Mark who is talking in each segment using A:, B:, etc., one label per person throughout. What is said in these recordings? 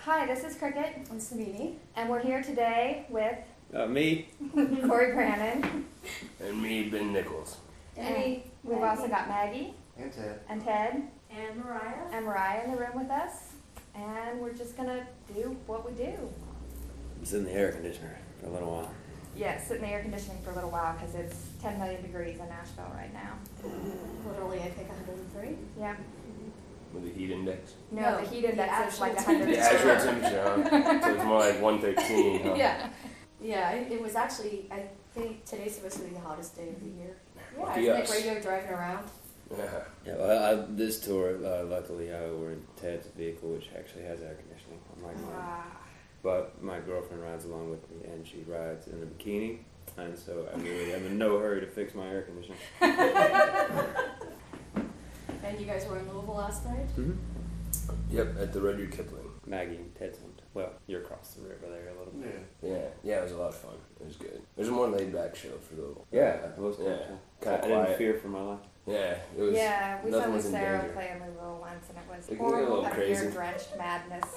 A: Hi, this is Cricket.
B: I'm Savini.
A: And we're here today with
C: Uh, me
A: Corey Brannon.
C: and me, Ben Nichols.
A: And we've also got Maggie
D: And Ted.
A: and Ted
B: And Mariah.
A: and Mariah in the room with us. And we're just going to do what we do.
C: It's in the air conditioner for a little while.
A: Yeah, sit in the air conditioning for a little while because it's 10 million degrees in Nashville right now.
B: Literally, I think 103.
A: Yeah.
E: With the heat index?
A: No,
B: No,
A: the heat
B: the
A: index is
B: actual
A: like 100.
E: The actual temperature, huh? So it's more like 113, huh?
B: Yeah. Yeah, it, it was actually, I think today's supposed to be the hottest day of the year. Yeah,
E: Lucky
B: isn't it
E: us.
B: great you're driving around?
E: Yeah.
C: Yeah, well, I, I, this tour, uh, luckily, I were in Ted's vehicle, which actually has air conditioning, unlike mine.
A: Ah.
C: But my girlfriend rides along with me, and she rides in a bikini, and so I really am in no hurry to fix my air conditioner.
B: And you guys were in Louisville last night?
E: Mm-hmm. Yep, at the Rudyard Kipling.
C: Maggie and Ted's home. Well, you're across the river there a little bit.
D: Yeah.
E: Yeah, yeah, it was a lot of fun. It was good. It was a more laid back show for Louisville.
C: it was cool.
E: Yeah.
C: too.
E: Kinda
C: I didn't
E: quiet.
C: fear for my life.
E: Yeah, it was.
A: yeah, we saw
E: nothing was in
A: Lucero
E: danger.
A: play in Louisville once and it was
E: It can get a
A: horrible,
E: little
A: kind of
E: crazy.
A: beer drenched madness.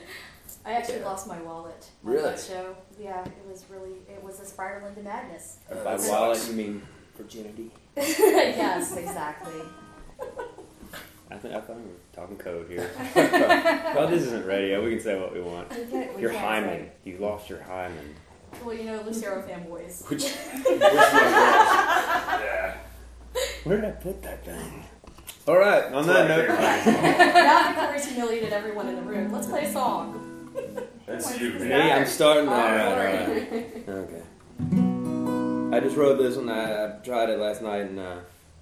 B: I actually
E: Yeah.
B: lost my wallet. on
E: Really?
B: That show. Yeah, it was really, it was a spiral into madness.
E: Uh,
C: By
E: that sucks.
C: wallet, you mean virginity?
B: yes, exactly.
C: I, think I thought we were talking code here. well, this isn't radio. We can say what we want.
A: We can't- we
C: Your
A: can't
C: hymen. You lost your hymen.
B: Well, you know, Lucero fanboys.
E: Which, which one was?
C: Where did I put that thing? All right. On that note,
B: Now that Corey's humiliated everyone in the room, let's play a song.
E: That's you,
C: me, I'm starting. All right, all
A: Alright.
C: right. Okay. I just wrote this one. I, I tried it last night, and uh,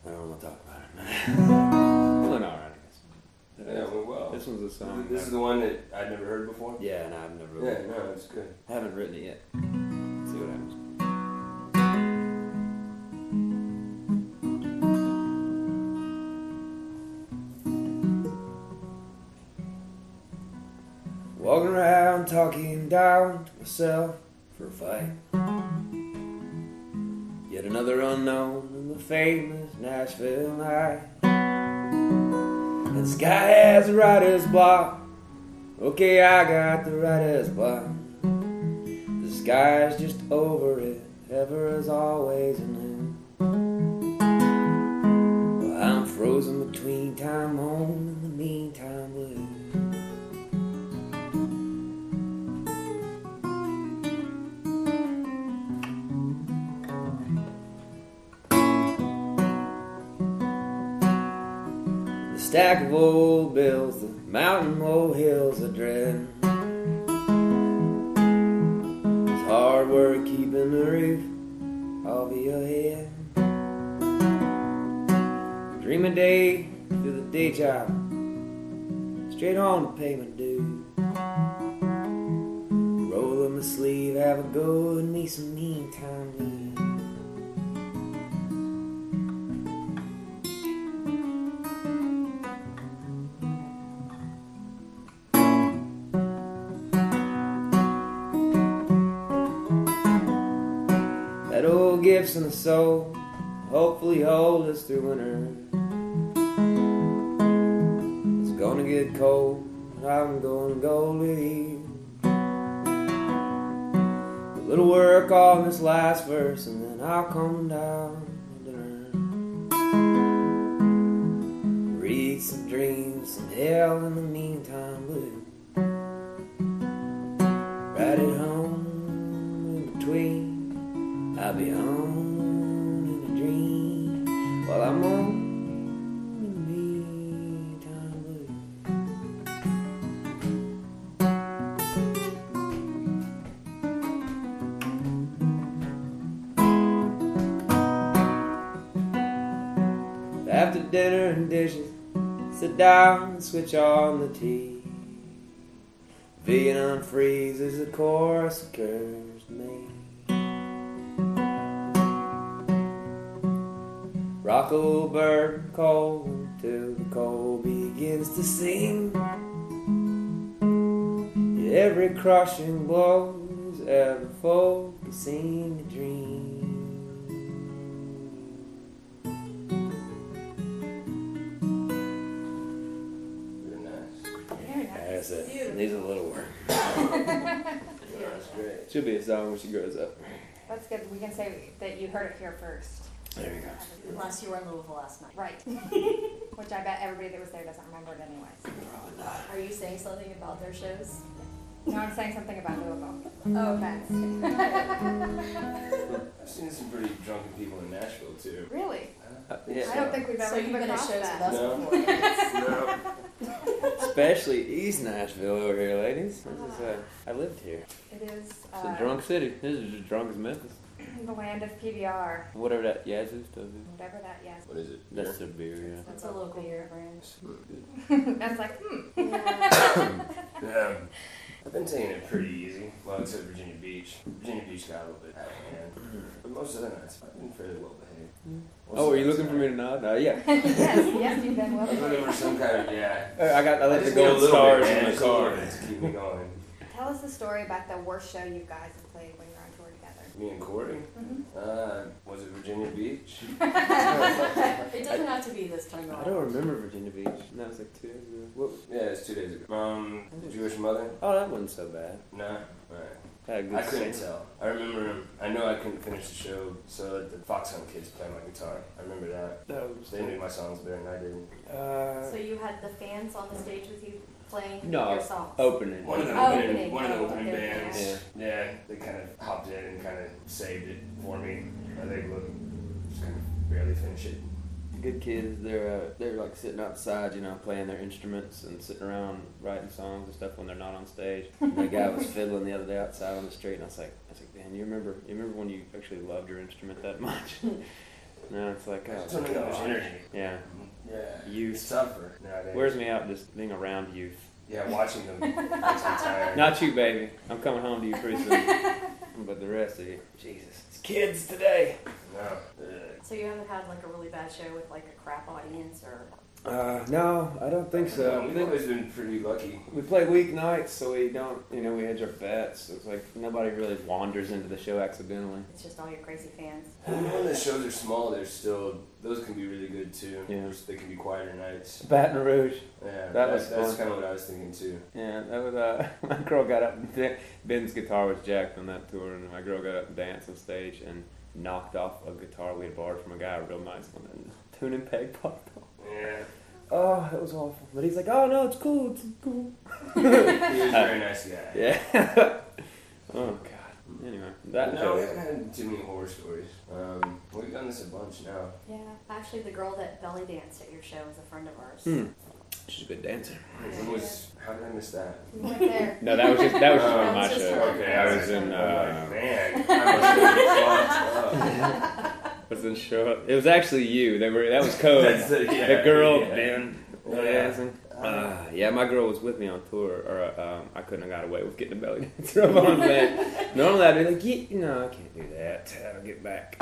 C: I don't want to talk about it. it went all right, I guess.
E: Yeah, well, well.
C: This one's a song.
E: This is the one that I'd never heard before?
C: yeah, no, I've never.
E: Yeah,
C: Really
E: no, it's good.
C: I haven't written it yet. see what happens. Walking around talking down to myself for a fight. Yet another unknown in the famous Nashville night. And Sky has the writer's block. Okay, I got the writer's block. The sky's just over it, ever as always in him. Well, I'm frozen between time home and the meantime blue. The stack of old bills, the mountain molehills are dread. It's hard work keeping the roof over your head. Dream a day through the day job, straight on to payment due. Roll up my sleeve, have a go, and me some meantime blues. That old Gibson the soul, hopefully hold us through winter. It's gonna get cold, and I'm gonna go with you. A little work on this last verse, and then I'll come down to dinner. Read some dreams, some hell in the meantime, blue. Right at home, in between. I'll be home in a dream while I'm on in the meantime. blue. After dinner and dishes, sit down and switch on the TV. Vegan unfreeze is a course occurs to me. Rock a bird call until the call begins to sing. Every crushing blow is ever focusing the dream.
E: Very nice.
A: Very nice.
C: That's it.
B: Beautiful.
C: He's a little worm.
E: Yeah, that's great.
C: She'll be a song when she grows up.
A: That's good. We can say that you heard it here first.
C: There you go.
B: Unless you were in Louisville last night.
A: Right. Which I bet everybody that was there doesn't remember it anyways.
B: Are you saying something about their shows?
A: No, I'm saying something about Louisville.
B: Oh, thanks.
E: I've seen some pretty drunken people in Nashville too.
A: Really?
C: Yeah.
A: I don't think we've
B: So
A: ever
B: you've
A: come
B: been at
A: across
B: shows with
A: that.
B: us
E: No.
B: before.
E: No.
C: Especially East Nashville over here, ladies. This is, uh, I lived here.
A: It is
C: It's a
A: uh,
C: drunk city. This is as drunk as Memphis.
A: the land of PBR,
C: Whatever that Yazoo stuff is.
A: whatever that, yes.
E: What is it?
C: That's the beer,
B: That's a local beer brand.
A: I was like, hmm.
B: Yeah.
E: Yeah. I've been taking it pretty easy. Well, except Virginia Beach. Virginia Beach got a little bit out of hand. But most of the nights, I've been fairly well behaved.
C: Mm.
E: Most
C: Oh,
E: of
C: are you
E: the
C: looking for
E: time.
C: me to nod? No, Uh, yeah.
A: yes, yes, you've been
E: I was looking
A: well.
E: for some kind of, yeah.
C: Uh, I got I
E: I
C: left the
E: just need a
C: gold
E: little
C: stars
E: bit, man,
C: in the
E: just a little
C: car.
E: bit To keep me going.
A: Tell us the story about the worst show you guys have played when you were on tour together.
E: Me and Corey?
B: Mm-hmm.
A: Mhm.
E: Uh, was it Virginia Beach?
B: It doesn't have to be this time
C: I
B: around.
C: don't remember Virginia Beach. That was like two years ago. What?
E: Yeah, it's two days ago. Um, the Jewish mother?
C: Oh, that wasn't so bad.
E: Nah. Alright.
C: Had a good
E: I couldn't
C: sing.
E: tell. I remember, I know I couldn't finish the show, so I let the Foxhound kids play my guitar. I remember that.
C: That was
E: They knew my songs better than I did.
B: So
C: Uh,
B: you had the fans on the stage with you playing
C: No,
B: your songs?
C: opening.
E: One of the
B: Oh,
E: opening,
B: opening.
E: one of the
B: Oh,
E: opening
B: okay.
E: bands.
C: Yeah.
E: Yeah, they kind of hopped in and kind of saved it for me. I think look, just kind of barely finish it.
C: Good kids. They're uh, they're like sitting outside, you know, playing their instruments and sitting around writing songs and stuff when they're not on stage. And the guy was fiddling the other day outside on the street, and I was like, I was like, man, you remember you remember when you actually loved your instrument that much? no, it's like,
E: It's
C: oh,
E: only got much
C: God.
E: energy.
C: yeah.
E: Yeah,
C: Youth.
E: It's tougher nowadays.
C: Wears me out just being around youth.
E: Yeah, watching them makes me tired.
C: Not you, baby. I'm coming home to you pretty soon. but the rest of you, Jesus, it's kids today.
E: No. Ugh.
B: So you haven't had like a really bad show with like a crap audience or?
C: Uh, no, I don't think
E: No,
C: so.
E: we've always been pretty lucky.
C: We play weeknights, so we don't, you know, we hedge our bets. So it's like nobody really wanders into the show accidentally.
B: It's just all your crazy fans.
E: Even when the shows are small, they're still those can be really good too.
C: Yeah.
E: They can be quieter nights.
C: Baton Rouge.
E: Yeah,
C: That was
E: that's
C: fun.
E: kind of what I was thinking too.
C: Yeah, that was uh, my girl got up. And dan- Ben's guitar was jacked on that tour, and my girl got up and danced on stage and knocked off a guitar we had borrowed from a guy, a real nice one, and the tuning peg popped off.
E: Yeah,
C: Oh, that was awful. But he's like, oh no, it's cool, it's cool.
E: he was a very nice guy.
C: Yeah. oh god. Anyway, that
E: no, we
C: joke.
E: haven't had too many horror stories. Um, we've done this a bunch now.
B: Yeah, actually, the girl that belly danced at your show is a friend of ours.
C: Hmm. She's a good dancer.
E: It was how did I miss that?
A: You weren't there.
C: No, that was just that was just
E: Oh,
C: from my
B: it's just
C: show.
B: her.
E: Okay,
C: I
E: I
C: was in
E: I'm like,
C: uh,
E: man, I must have been fucked up.
C: was in show. It was actually you. They were that was code.
E: That's it, yeah,
C: the girl
E: yeah.
C: Ben.
E: Yeah.
C: dancing. Uh, yeah, my girl was with me on tour, or uh, um, I couldn't have got away with getting a belly dancer up on stage. Normally I'd be like, yeah, no, I can't do that. I'll get back.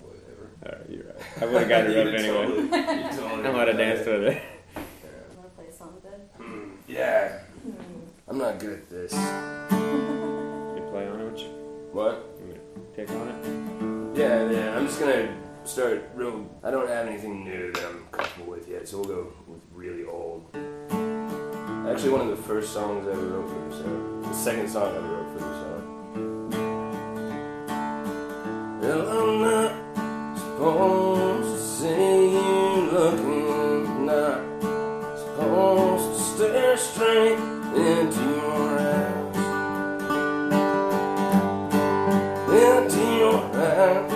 E: Whatever.
C: All right, you're right. I would have got her up
E: You
C: anyway.
E: totally- you totally
C: I might have danced
E: it.
C: with her.
B: You want to play a song with it?
E: Yeah. Hmm, Yeah, I'm not good at this.
C: You play on it? would you?
E: What?
C: You wanna Take on it.
E: Yeah, yeah. I'm just gonna start real. I don't have anything new that I'm comfortable with yet, so we'll go with really old. Actually, one of the first songs I ever wrote for this song. The second song I ever wrote for this song. Well, I'm not supposed to see you looking, not supposed to stare straight into your eyes. Into your eyes.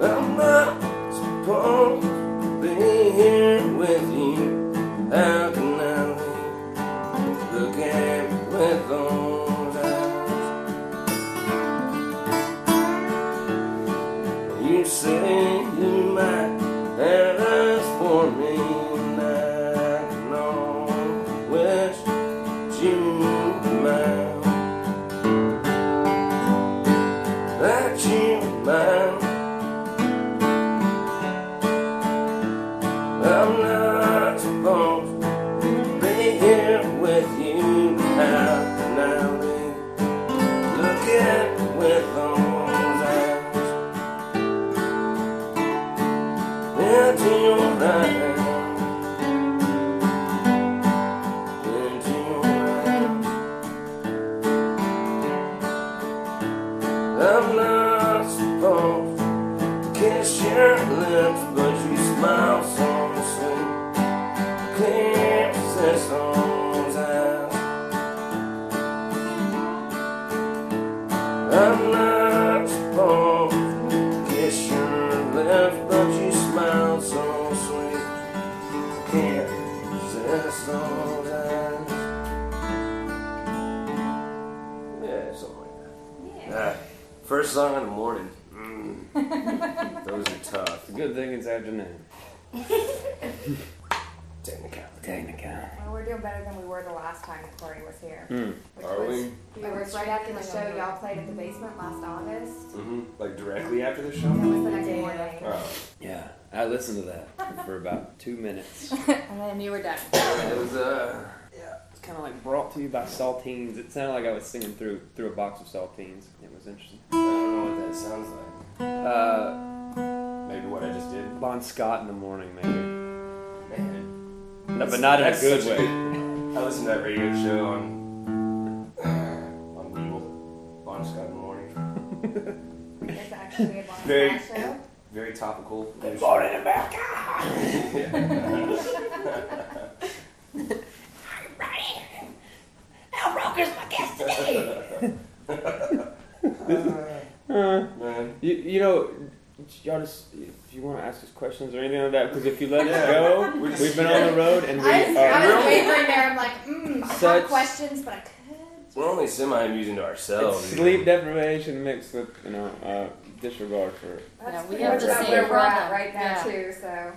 E: I'm not supposed to be here with you. How can I leave? Look at me with those eyes. You say you might have eyes for me, and I can only wish that you were mine. That you were mine. I'm not supposed to be here with you now. Now look at with those eyes. glimpse that sometimes I'm not supposed to kiss your lips, but you smile so sweet. Can't resist sometimes. Yeah, something like that. Ah, first song in the morning. Mm. Those are tough.
C: It's a good thing it's afternoon.
E: Technical.
C: Technica.
A: Well, we're doing better than we were the last time that Corey was here.
C: Hmm.
A: which
E: Are
A: was-
E: we?
A: It was right after the show y'all played at the basement last August.
E: Mm-hmm. Like directly after the
A: That
E: show?
A: was the next
B: Yeah.
A: morning.
E: Oh.
C: Yeah, I listened to that for about two minutes.
B: And then you were done.
E: It was, uh.
C: Yeah, it's kind of like brought to you by saltines. It sounded like I was singing through through a box of saltines. It was interesting.
E: I don't know what that sounds like.
C: Uh,
E: Maybe what I just did.
C: Bon Scott in the morning, maybe,
E: Man.
C: no, but not in a
E: That's
C: good
E: such a
C: way.
E: I listened to that radio show on. uh, on Google. Bon Scott in the morning.
A: There's actually a Bon
E: Very-
A: Scott show.
E: Very topical. Good
C: America. Uh,
E: Man.
C: you, you know, y'all just if you want to ask us questions or anything like that, because if you let us
E: Yeah.
C: go,
E: We're just-
C: we've been on the road and we
B: I was, I
C: are.
B: was
E: really?
B: wavering there. I'm like, mm, I
C: Such-
B: have questions, but I could.
E: We're only semi amusing to ourselves.
C: It's sleep deprivation mixed with you know uh, disregard for
B: Yeah,
A: That's
B: we
A: pretty
B: have
A: much
E: the
A: about
E: same
A: where we're at
B: problem.
A: right now
B: Yeah.
A: too, so.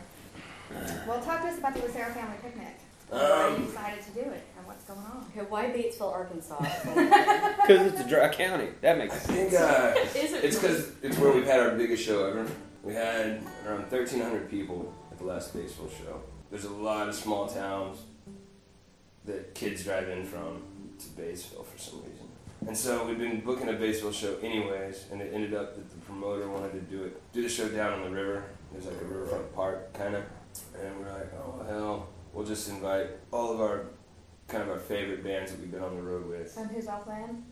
A: Well, talk to us about the Lucero family picnic. Why you
E: Um,
A: decided to do it and what's going on?
B: Okay, why Batesville, Arkansas?
C: because it's a dry county. That makes
E: I
C: sense.
E: think, uh.
B: Is it
E: It's
B: really?
E: because it's where we've had our biggest show ever. We had around 1,300 people at the last baseball show. There's a lot of small towns that kids drive in from to Batesville for some reason. And so we've been booking a Batesville show anyways, and it ended up that the promoter wanted to do it, do the show down on the river. There's like a riverfront park, kind of. And we're like, oh, hell, we'll just invite all of our, kind of our favorite bands that we've been on the road with.
A: And who's all playing?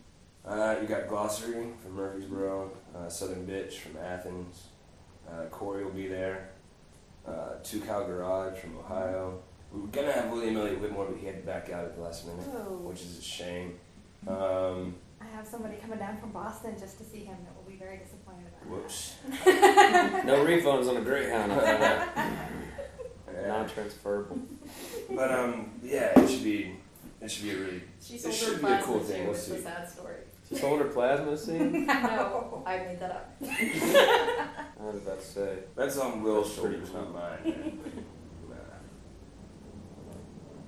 E: Uh, you got Glossary from Murfreesboro, uh, Southern Bitch from Athens, uh, Corey will be there, uh, Two Cow Garage from Ohio. We were gonna have William Elliott Whitmore, but he had to back out at the last minute,
A: Oh,
E: which is a shame. Um,
A: I have somebody coming down from Boston just to see him that will be very disappointed about that.
E: whoops.
C: No refunds on a Greyhound. I found out.
E: Yeah.
C: Non-transferable.
E: But um, yeah, it should be it should be a really
B: She
E: It
B: sold
E: should
B: her
E: be a
B: plasma
E: cool thing,
B: too,
E: we'll
B: which is
E: see.
B: a sad story.
C: She sold her plasma scene?
B: No, I made that up.
C: I was about to say.
E: that's on Will's
C: That's pretty
E: shoulders, not mine. man. Nah.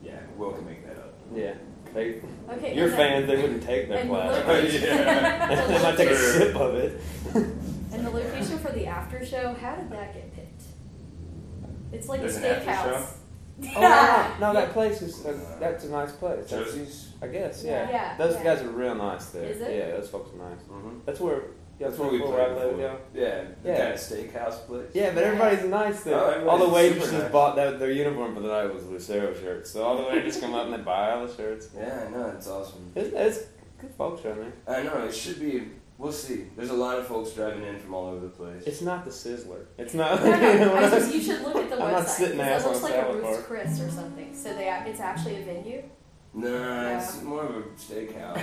E: Yeah, Will can make that up.
C: Yeah. They,
B: Okay.
C: your
B: and
C: fans, they wouldn't take their
B: And
C: plasma.
B: look-
E: yeah.
B: then-
C: they might take a sip of it.
B: And the location for the after show, how did that get picked? It's like
E: There's
B: a
E: an after
B: steakhouse.
C: Oh, wow. No, that place is,
E: Uh,
C: that's a nice place. That's,
E: Josie's.
C: I guess, yeah.
B: Yeah,
C: Those
A: yeah.
C: guys are real nice there.
B: Is it?
C: Yeah, those folks are nice.
E: Mm-hmm.
C: That's where, yeah,
E: That's where we
C: where
E: played
C: I live,
E: before.
C: yeah.
E: Yeah, the
C: Yeah.
E: kind of steakhouse place.
C: Yeah, but everybody's nice there.
E: Oh, everybody's
C: all the waitresses
E: super nice.
C: bought that, their uniform for the night was Lucero shirts. So all the waiters come up and they buy all the shirts.
E: Yeah, I know, it's awesome.
C: It's, it's good folks around there.
E: I know, it should be. We'll see. There's a lot of folks driving in from all over the place.
C: It's not the Sizzler. It's not.
B: No, no, I was just- you should look at the
C: I'm not
B: website.
C: sitting
B: because
C: ass
B: it looks
C: on a
B: like a
C: salad
B: Ruth's
C: bar.
B: Chris or something. So they, a- it's actually a venue.
E: Nah, it's more of a steakhouse.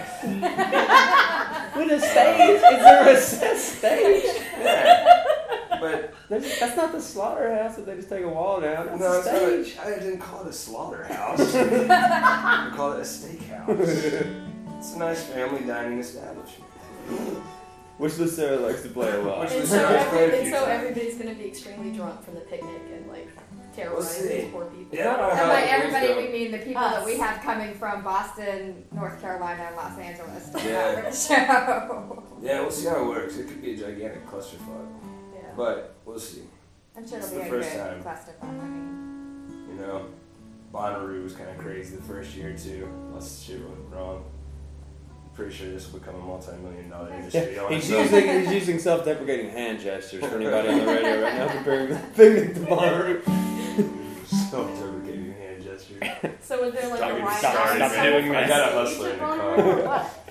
C: With a stage? Is there a set stage?
E: yeah. But
C: There's- That's not the slaughterhouse that they just take a wall down. That's
E: no,
C: a
E: it's not.
C: stage.
E: A, I didn't call it a slaughterhouse. I call it a steakhouse. It's a nice family dining establishment.
C: Which Lucero likes to play a lot.
E: Which
B: And
E: It's
B: so,
E: just quite a
B: every, and
E: few
B: so
E: times.
B: everybody's going to be extremely drunk from the picnic and like terrorize
E: We'll see.
B: these poor people.
E: Yeah,
C: not all
E: I
A: And
E: know,
A: by
E: it's
A: everybody,
E: dope.
A: we mean the people that we have coming from Boston, North Carolina, and Los Angeles to
E: Yeah.
A: cover the show.
E: Yeah, we'll see how it works. It could be a gigantic clusterfuck,
B: Yeah.
E: but we'll see.
A: I'm sure
E: It's
A: it'll
E: the
A: be a good
E: first time.
A: clusterfuck. I mean,
E: You know, Bonnaroo was kind of crazy the first year too. Unless shit went wrong. I'm pretty sure this will become a multi-million dollar industry.
C: Yeah,
E: all
C: he's,
E: in itself.
C: using, he's using self-deprecating hand gestures for anybody on the radio right now comparing the thing to the bar.
E: so terrible gave you a hand gesture.
B: So was there like
C: Stop
B: a
C: it,
B: Ryan
C: stop
E: it,
B: Adams
E: stop
B: song
E: doing
B: from the
E: that. I got a
B: stage
E: hustler
B: at
E: in the
B: Bonnaroo, or
E: car.
B: what?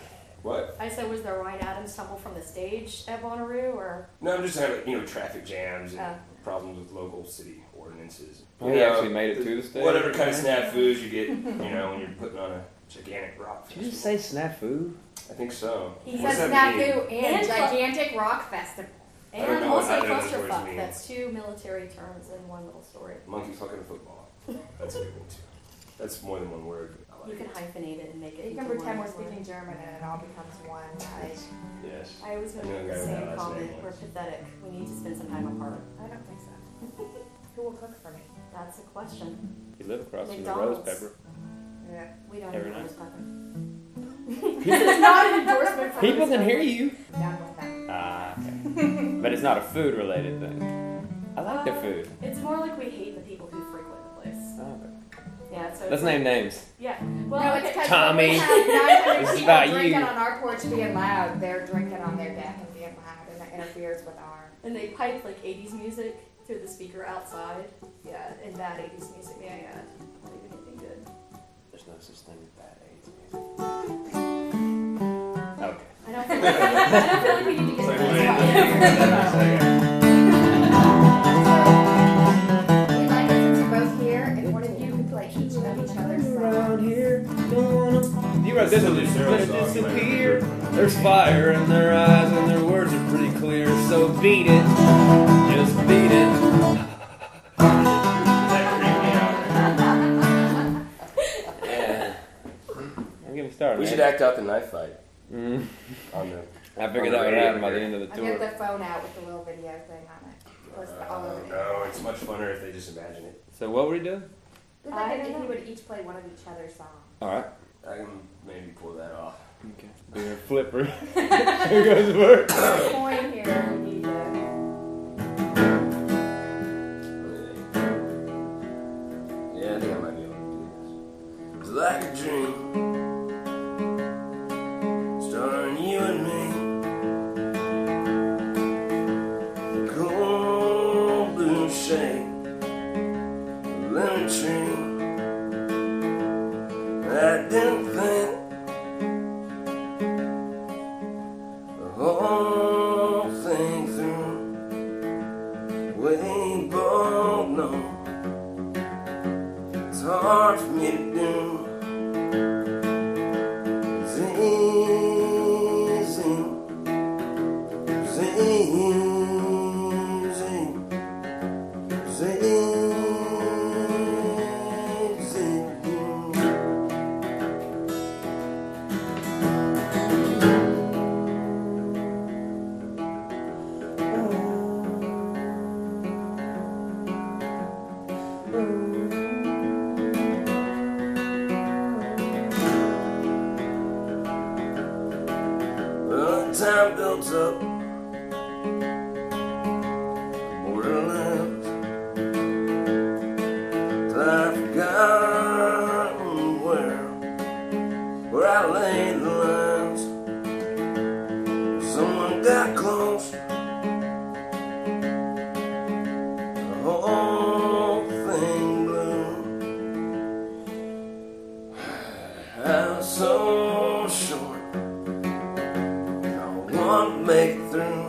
E: What?
B: I said, was there Ryan Adams stumble from the stage at Bonnaroo or?
E: No, I'm just having you know traffic jams and
B: Oh.
E: problems with local city ordinances.
C: Well,
E: You
C: he
E: know,
C: actually made it through the state.
E: Whatever kind of snafus you get, you know, when you're putting on a gigantic rock.
C: Did you just
E: festival.
C: say snafu?
E: I think so.
B: He
E: What
B: says snafu
E: does that mean?
B: and,
D: And cl-
B: gigantic rock festival.
E: I don't
B: And
E: know what
B: also
E: either of those words
B: clusterfuck.
E: mean.
B: That's two military terms in one little story.
E: Monkey fucking football. That's a good one too. That's more than one word. I like
B: You can
E: it.
B: hyphenate it and make it.
A: You
B: into
A: can pretend
B: one
A: we're
B: word.
A: speaking German and it all becomes one. right?
E: Yes.
B: I always make
E: I know a guy
B: the
E: with that
B: same
E: last
B: comment.
E: name
B: We're
E: once.
B: pathetic. We need to spend some time apart.
A: I don't think so. Who will cook for me?
B: That's a question.
C: You live across from the
B: McDonald's.
C: rose pepper.
A: Yeah.
B: We don't
C: Every
B: even
C: night.
B: understand.
C: People-
B: this is not an endorsement for
C: People can
B: Rose
C: hear
B: Pepper.
C: you.
A: Done with that.
C: Ah, okay. but it's not a food related thing. I like the
B: Uh,
C: food.
B: It's more like we hate the people who frequent the place.
C: Oh, okay.
B: Yeah, so.
C: Let's
B: it's-
C: name names.
B: Yeah.
A: No,
B: Well,
A: it's
B: okay.
A: 'cause
C: Tommy.
A: We have 900
C: This is
A: people
C: about
A: drinking
C: you.
A: on our porch being loud. They're drinking on their deck and being loud, and that interferes with our.
B: And they pipe like 80s music through the speaker outside. Yeah, and bad 80s music. Yeah, yeah. Not even anything good.
C: There's no such thing as bad AIDS music. Okay.
B: I don't feel like, I don't feel like we need to get
E: It's like,
B: into
E: what
B: this.
E: are you doing? It's like,
A: We like it since you're both here, and what if you like each of each other's songs?
C: here, You wrote this
E: a
C: one.
E: Lucero
C: Gonna
E: song, you might
C: disappear.
E: remember.
C: There's fire in their eyes, and their words are pretty clear. So beat it, just beat it.
E: That creeped me out.
C: Yeah. I'm getting started.
E: We
C: man.
E: should act out the knife fight
C: Mm.
E: on the.
C: I figured that would happen by the end of the
A: I get
C: tour.
A: the phone out with the little video thing on it. It's all
E: Uh,
A: over it.
E: no, it's much funner if they just imagine it.
C: So what were we doing?
A: We'd like
B: I-
A: it if you would each play one of each other's songs.
C: All right.
E: I can maybe pull that off.
C: Okay. Being a flipper. Here goes work.
A: Coin here, we need to.
E: Yeah, I think I might be able to do this. It's like a dream, starring you and me. Cold blue shade, lemon tree. I didn't think the whole thing through. We both know it's hard for me to do. It's easy, it's easy, it's easy to do. Well, the time builds up. Borderlands. Till I've forgotten where, where I laid the lines. Someone got close. The whole thing blew. I'm so short. I won't make it through.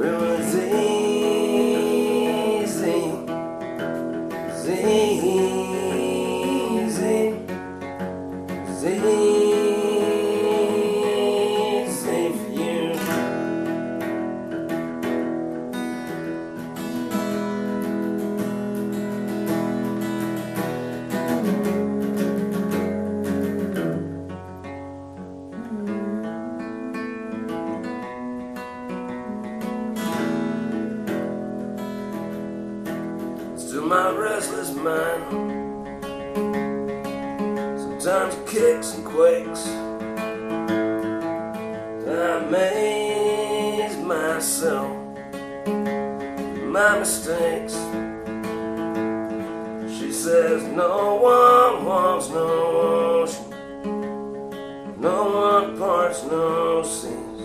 E: It was easy, it's easy, it's easy for you. to my restless mind. Sometimes it kicks and quakes. I amaze myself, my mistakes. She says no one wants no ocean, no one parts no seas.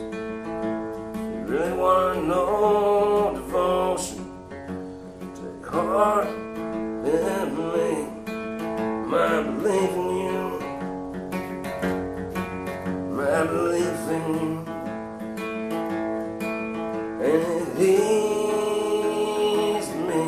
E: You really want no devotion. Take heart in me, my belief in you, my belief in you. And it heals me,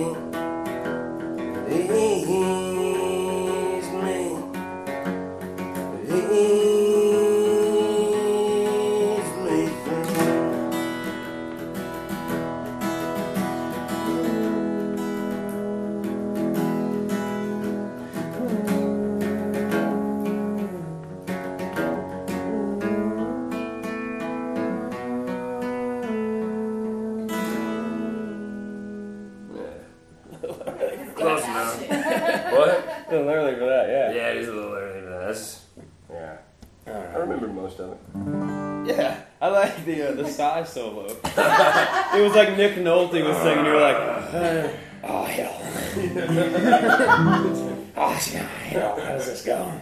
C: little early for that,
E: Yeah,
C: yeah.
E: it is a little early for that. That's, yeah.
C: All
E: I
C: right.
E: remember most of it.
C: Yeah, I like the uh, the sigh solo. it was like Nick Nolte was singing. You were like, uh, oh hell, oh shit, hell, how's this going?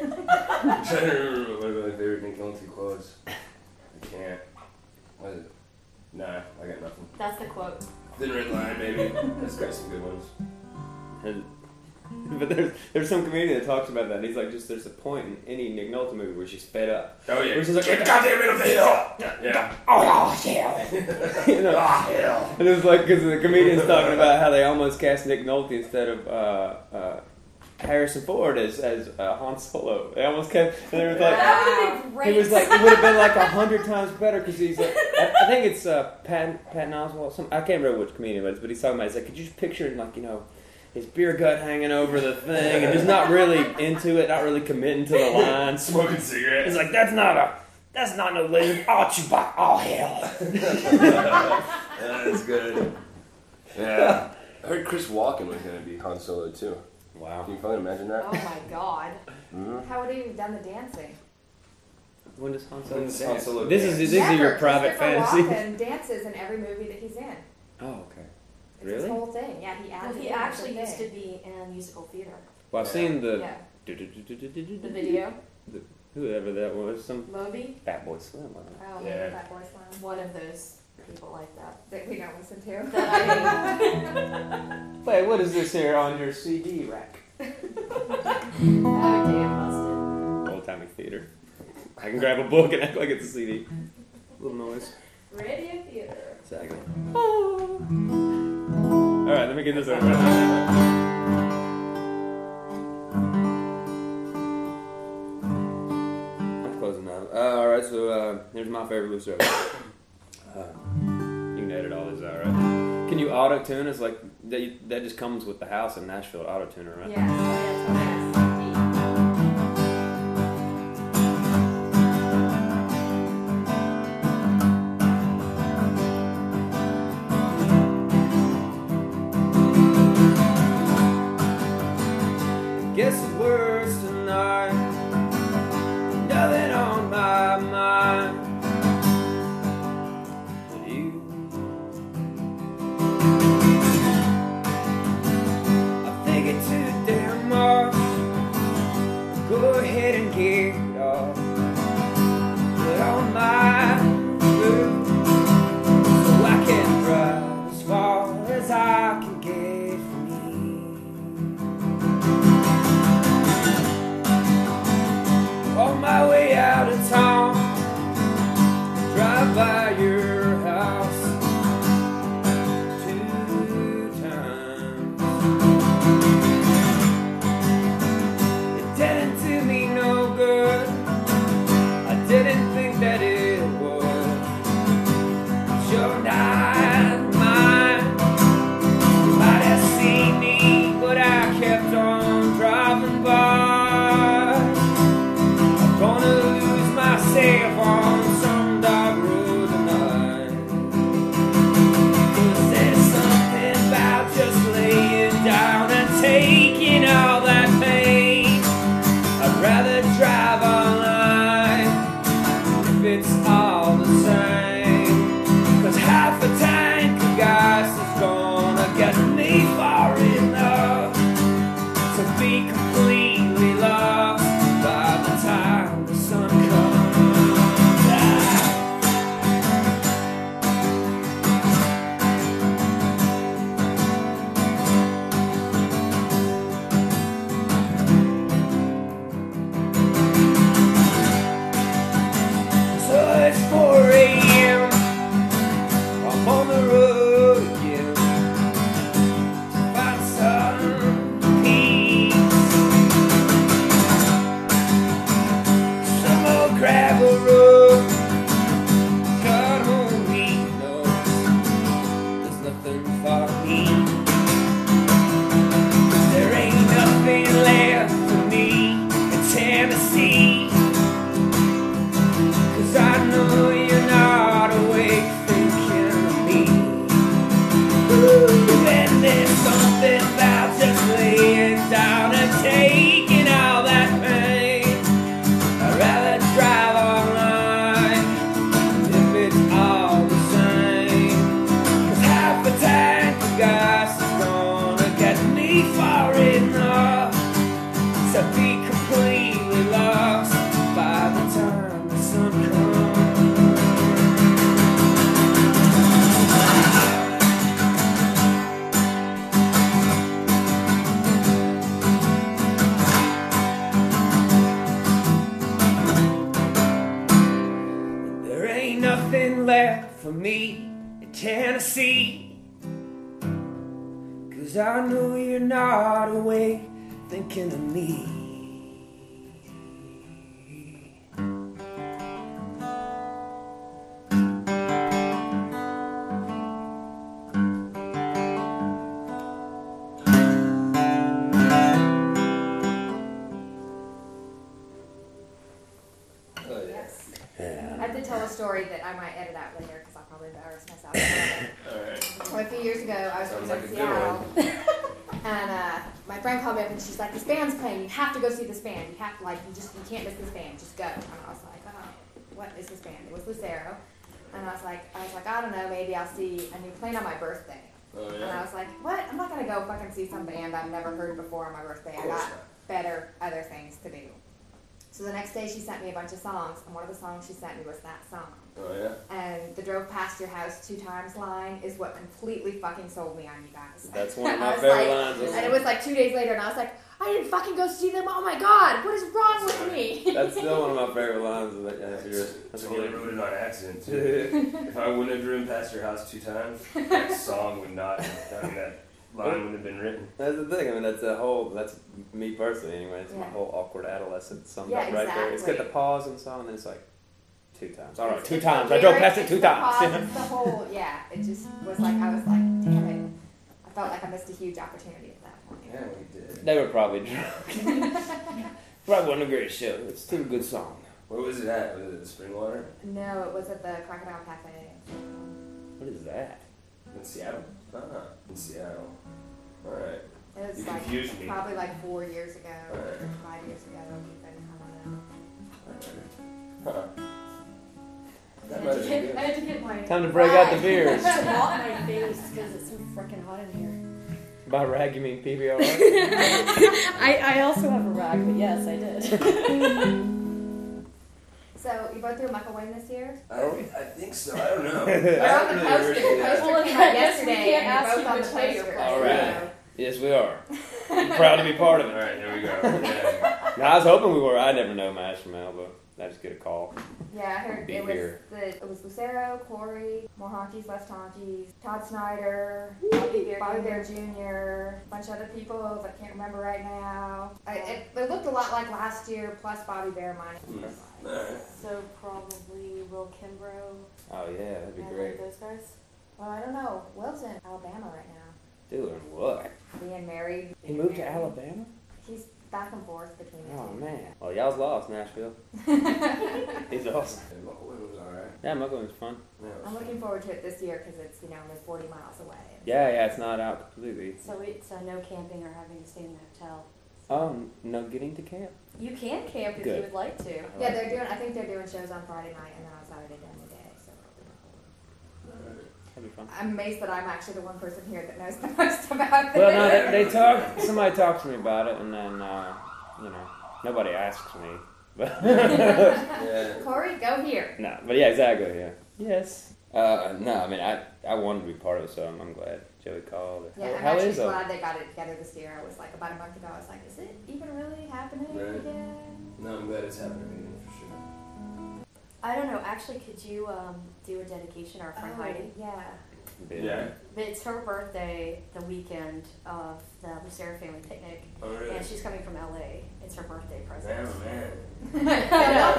E: I'm trying to remember one of my favorite Nick Nolte quotes. I can't. What is it? Nah, I got nothing.
B: That's the quote.
E: Thin Red Line, maybe. That's got some good ones.
C: And, but there's there's some comedian that talks about that. And he's like, just there's a point in any Nick Nolte movie where she's sped up.
E: Oh yeah.
C: Where she's like,
E: Get the goddamn middle finger up! Yeah.
C: oh hell, you know.
E: Ah hell.
C: And it's like because the comedian's talking about how they almost cast Nick Nolte instead of uh, uh, Harrison Ford as as uh, Han Solo. They almost cast. And they were like.
B: that would have been
C: He
B: great.
C: was like, it would have been like a hundred times better because he's like, I, I think it's uh, Pat Patton Oswalt. Some I can't remember which comedian it was, but he's talking about. He's like, could you just picture him like you know, his beer gut hanging over the thing and just not really into it, not really committing to the lines.
E: Smoking cigarettes.
C: He's like, that's not a, that's not no legend. Oh Chewbacca, oh hell.
E: Yeah, that's good. Yeah. I heard Chris Walken was gonna be Han Solo too.
C: Wow.
E: Can you fucking imagine that?
B: oh my god.
E: Mhm.
A: How would he have done the dancing?
C: When does Han
E: When
C: Solo?
E: does Han
C: dance?
E: Solo
C: This
E: dance?
C: is this is your
A: Never.
C: private
A: Christopher
C: fantasy.
A: Walken dances in every movie that he's in.
C: Oh okay.
A: It's
C: Really?
A: His
C: Well,
A: whole thing. Yeah, he
B: Well,
A: acted.
B: he
A: in the
B: actually
A: whole
B: used to
A: thing.
B: be in musical theater.
C: I've seen the.
B: yeah. The video,
C: Whoever that was, some
B: Moby,
C: Fat Boy Slim. wasn't it?
A: Oh,
E: Yeah.
A: that voice line
B: one of those people like that.
A: that we don't listen to.
B: That
C: Wait, what is this here on your CD rack?
B: I, oh, damn,
C: Old timey theater. I can grab a book and act like it's a CD. Little noise.
B: busted. Radio theater.
C: Exactly. All right, let me get this over with. That's Close enough. Uh, all right, so uh, here's my favorite Lou Service. Uh, you can edit all this out, right? Can you auto tune? It's like that. You, that just comes with the house in Nashville. Auto tuner, right?
A: Yes.
C: Guess the words tonight. Nothing on my mind. But you. I think it's too damn much. Go ahead and get it off. Put on my roof so I can drive as far as I can get from here. On my way out of town, drive by your house two times. It didn't do me no good. I didn't think that it would. But You're not mine. You might have seen me, but I kept on driving by. I'm gonna lose myself on some dark road tonight. 'Cause there's something about just laying down and taking all that pain. I'd rather drive all night if it's all the same. 'Cause half the tank of gas is gonna get me far enough to be completely lost by the time the sun comes out. So it's 4 a.m. I'm on the road again. Find some peace.
D: I know you're not awake thinking of me.
E: Oh, yeah.
A: Yes. I
D: Yeah.
A: have to tell a story that I might edit out later because I'll probably embarrass myself. So
E: Alright.
A: a few years ago, I was
E: Sounds
A: from
E: like a good
A: Seattle, and uh, my friend called me up and she's like, "This band's playing. You have to go see this band. You have to like, you just you can't miss this band. Just go." And I was like, "Oh, what is this band?" It was Lucero, and I was like, "I was like, I don't know. Maybe I'll see a new plane on my birthday."
E: Oh,
A: And I
E: yeah.
A: was like, "What? I'm not gonna go fucking see some band I've never heard before on my birthday.
E: Of
A: I
E: course
A: got
E: not.
A: better other things to do." So the next day, she sent me a bunch of songs, and one of the songs she sent me was that song
E: Oh, yeah.
A: and the drove past your house two times line is what completely fucking sold me on you guys.
C: That's one of my
A: I was
C: favorite
A: like-
C: lines.
A: And it was like two days later, and I was like, I didn't fucking go see them. Oh my god, what is wrong with me?
C: That's still one of my favorite lines. Of that, yeah, if you're, that's a
E: totally
C: good-
E: ruined on accident. Too. if I wouldn't have driven past your house two times, that song would not. I mean, that line would have been written.
C: That's the thing. I mean, that's a whole. That's me personally, anyway. It's my
A: Yeah.
C: whole awkward adolescence summed
A: Yeah,
C: up right there. It's got the
A: exactly.
C: pause and song, and then it's like two times. All right,
A: It's-
C: two
A: it's the
C: times. I drove
A: lyrics,
C: past it
A: it's
C: two
A: the pause,
C: times.
A: it's the whole yeah. It just was like I was like, damn it. I felt like I missed a huge opportunity at that point.
E: Yeah, we did.
C: they were probably drunk. probably wasn't a great show. It's still a good song.
E: Where was it at? Was it Springwater
A: No, it was at the Crocodile Cafe.
C: What is that?
E: in Seattle? Ah, in Seattle. All right.
A: It was
E: You
A: like
E: confused me.
A: probably like four years ago,
E: Right.
A: five years ago. even, I don't know.
E: Huh. That might
B: had
E: have
B: to
E: been
B: get, I
E: good.
B: had to get my.
C: Time to break out the
A: Right.
C: beers.
B: Swat my face because it's so freaking hot in here.
C: By rag, you mean PBR?
B: I, I also have a rag, but yes, I did.
A: So you both threw Michael Wayne this year?
E: I, I think so. I don't know. I
A: We're on
E: haven't
A: the
E: really
A: poster. The poster
E: read it.
B: Well, I
A: came out
B: guess we
A: yesterday.
B: can't
A: and we're
B: ask
A: both
B: you
A: on
B: which
A: the
B: way you're
A: poster.
B: playing.
C: All right. yes, we are. I'm proud to be part of
E: All
C: it.
E: right, there we go. Yeah.
C: Now, I was hoping we were. I never know my from Alba. I just get a call.
A: Yeah, I heard
C: Be
A: it was
C: here.
A: the it was Lucero, Corey, more honkies, less honkies, Todd Snyder,
B: Bobby Bear
A: Bobby
B: Jr..
A: Bear Jr., a bunch of other people that I can't remember right now. I, it, it looked a lot like last year, plus Bobby Bear minus.
E: Hmm. All right.
B: so probably Will Kimbrough
C: Oh yeah, that'd be
B: and
C: great.
B: those guys.
A: Well, I don't know. Will's in Alabama right now,
C: Doing what?
A: being married.
C: He moved to Alabama.
A: He's back and forth between the
C: Oh
A: two.
C: man. Well, y'all's lost, Nashville. He's awesome.
E: Yeah, my one was all right.
C: Yeah, Muggle was fun.
E: Yeah, it was
A: I'm
E: fun.
A: looking forward to it this year because it's you know only 40 miles away.
C: Yeah, yeah, it's not out completely.
F: So we, so no camping or having to stay in the hotel.
C: Oh, n- no, getting to camp.
F: You can camp if
C: Good.
F: you would like to.
A: Yeah, they're doing. I think they're doing shows on Friday night and then on Saturday during the day. So
C: That'd be fun.
A: I'm amazed that I'm actually the one person here that knows the most about this.
C: Well, no, they, they talk. Somebody talked to me about it, and then uh, you know, nobody asks me. But
E: Yeah.
A: Corey, go here.
C: no, but yeah, exactly. Yeah. Yes. Uh, no, I mean, I I wanted to be part of it, so I'm, I'm glad Joey called.
A: Yeah, I'm
C: How
A: actually
C: is it?
A: glad they got it together this year. I was like about a month ago. I was like, is it even really happening
E: Right.
A: again?
E: No, I'm glad it's happening again, for sure.
F: I don't know. Actually, could you um, do a dedication or from Heidi?
A: Oh, yeah.
E: Yeah.
F: But it's her birthday, the weekend of the Lucero family picnic,
E: Oh, really?
F: and she's coming from LA. It's her birthday present.
E: Damn, man.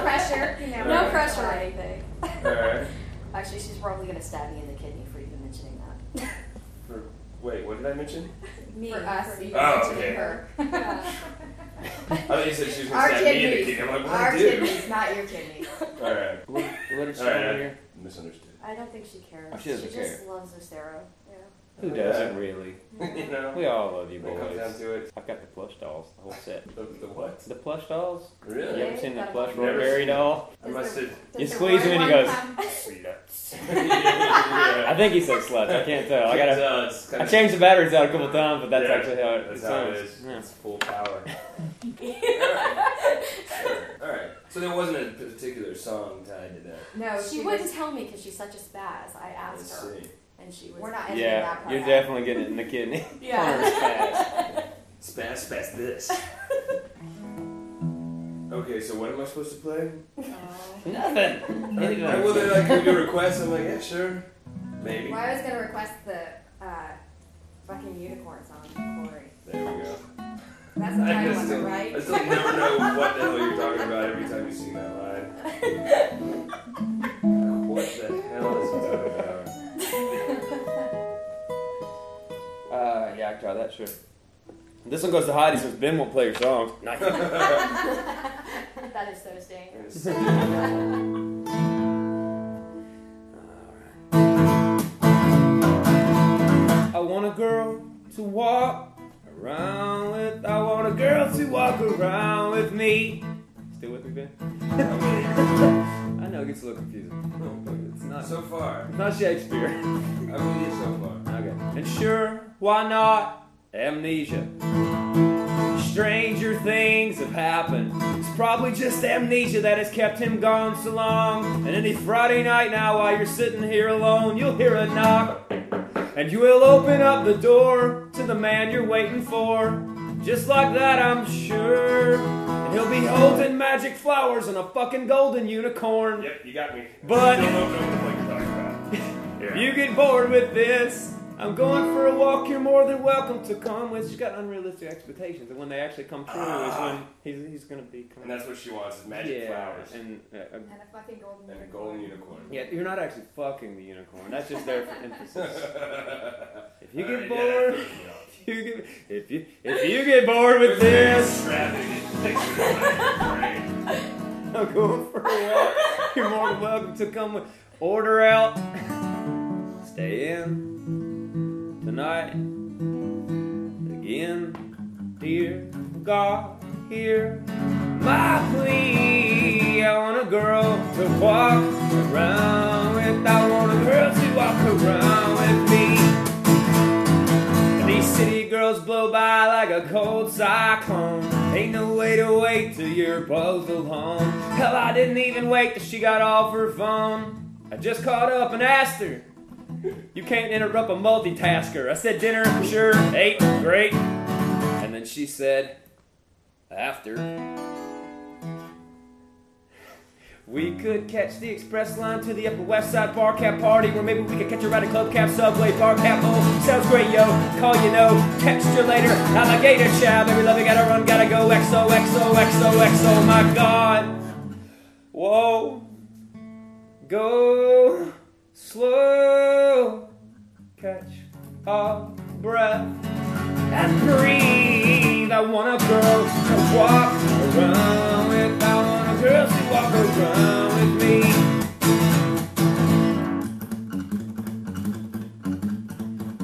A: no pressure. You know,
F: No
E: Right.
F: pressure or anything.
E: All right.
F: Actually, she's probably gonna stab me in the kidney for even mentioning that.
E: For, wait, what did I mention?
F: Me.
A: For us,
F: for
A: you
F: you.
E: Oh,
A: mentioned
E: okay.
A: her.
E: I thought you said she was
A: Our
E: gonna stab me in the
A: kidneys.
E: kidney. I'm like, what
A: Our
E: I do?
A: kidneys, not your kidneys.
E: All right.
C: What, what did she
E: All
C: do
E: right.
C: here?
E: Misunderstood.
F: I don't think she cares.
C: Oh, she doesn't
F: just loves Lucero.
C: Who doesn't really?
E: you know.
C: We all love you,
E: When it comes down
C: boys.
E: to it.
C: I've got the plush dolls, the whole set.
E: The, the what?
C: The plush dolls? You
E: Really?
F: Yeah.
C: ever seen the
F: I've
C: plush
E: never
C: Royberry
E: seen
C: doll?
E: I must have.
A: Does
C: You
A: the
C: squeeze
A: Roy
C: him and
A: one
C: he goes,
A: come-
E: Sluts.
C: I
E: yeah.
C: think he said sluts. I can't tell. I gotta.
E: Turns out it's
C: I
E: kinda-
C: changed the batteries out a couple times, but that's
E: Yeah,
C: actually how it,
E: That's
C: it
E: how it
C: sounds.
E: is.
C: Yeah.
E: It's full power. Alright. Sure. Alright. So there wasn't a particular song tied to that.
A: No,
F: She
A: was-
F: wouldn't tell me because she's such a spaz. I asked
E: Let's
F: her,
E: see.
F: and she was.
A: We're not editing that
C: Yeah,
A: part
C: you're
A: out.
C: definitely getting it in the kidney.
F: Yeah.
E: Spaz, spaz this. Okay, so what am I supposed to play?
C: Nothing.
E: I, I will they like give you a request. I'm like, yeah, sure, maybe.
A: Well, I was gonna request the uh, fucking unicorn song. That's the
E: I
A: title
E: just
A: of it,
E: don't-
A: right?
E: I still never know what the hell you're talking about every time you sing that line. What the hell is he talking about?
C: Uh, yeah, I can try that, sure. This one goes to Heidi since Ben won't play your song.
B: That is so staying.
E: It's-
C: I want a girl to walk around with. I want a girl to walk around with me. Still with me, Ben? I know it gets a little confusing. but It's not.
E: So far,
C: It's not Shakespeare.
E: I'm with you so far.
C: Okay. And sure, why not? Amnesia. Stranger things have happened. It's probably just amnesia that has kept him gone so long. And any Friday night now, while you're sitting here alone, you'll hear a knock. And you will open up the door to the man you're waiting for. Just like that, I'm sure. And he'll be holding magic flowers and a fucking golden unicorn.
E: Yep, you got me.
C: But-
E: Still don't know what you're talking about. Yeah.
C: You get bored with this. I'm going for a walk. You're more than welcome to come. Well, she's got unrealistic expectations, and when they actually come true, is when he's, he's gonna be.
E: and that's what she wants is Ah. magic
C: yeah,
E: flowers and,
C: and uh, uh,
A: And a fucking golden
E: a
A: unicorn.
E: golden unicorn.
C: yeah, you're not actually fucking the unicorn. That's just there for emphasis. If you get
E: Alright, Uh, yeah,
C: bored,
E: that throws me off.
C: if you get, if you if you get bored with this,
E: Extravagant pictures of my brain.
C: I'm going for a walk. You're more than welcome to come. with- Order out. Stay in tonight. Again, dear God, hear my plea. I want a girl to walk around with. I want a girl to walk around with me. These city girls blow by like a cold cyclone. Ain't no way to wait till you're both alone. Hell, I didn't even wait till she got off her phone. I just caught up and asked her. You can't interrupt a multitasker. I said dinner, sure, ate, great. And then she said, after. We could catch the express line to the Upper West Side bar cap party, or maybe we could catch her ride a club cab, subway, bar cap bowl. Sounds great, yo. Call you know, text you later. Alligator chow, baby, love you, gotta run, gotta go. XO, XO, XO, XO, my God. Whoa. Go slow. Catch a breath and breathe. I want a girl to walk around with. I want a girl to walk around with me.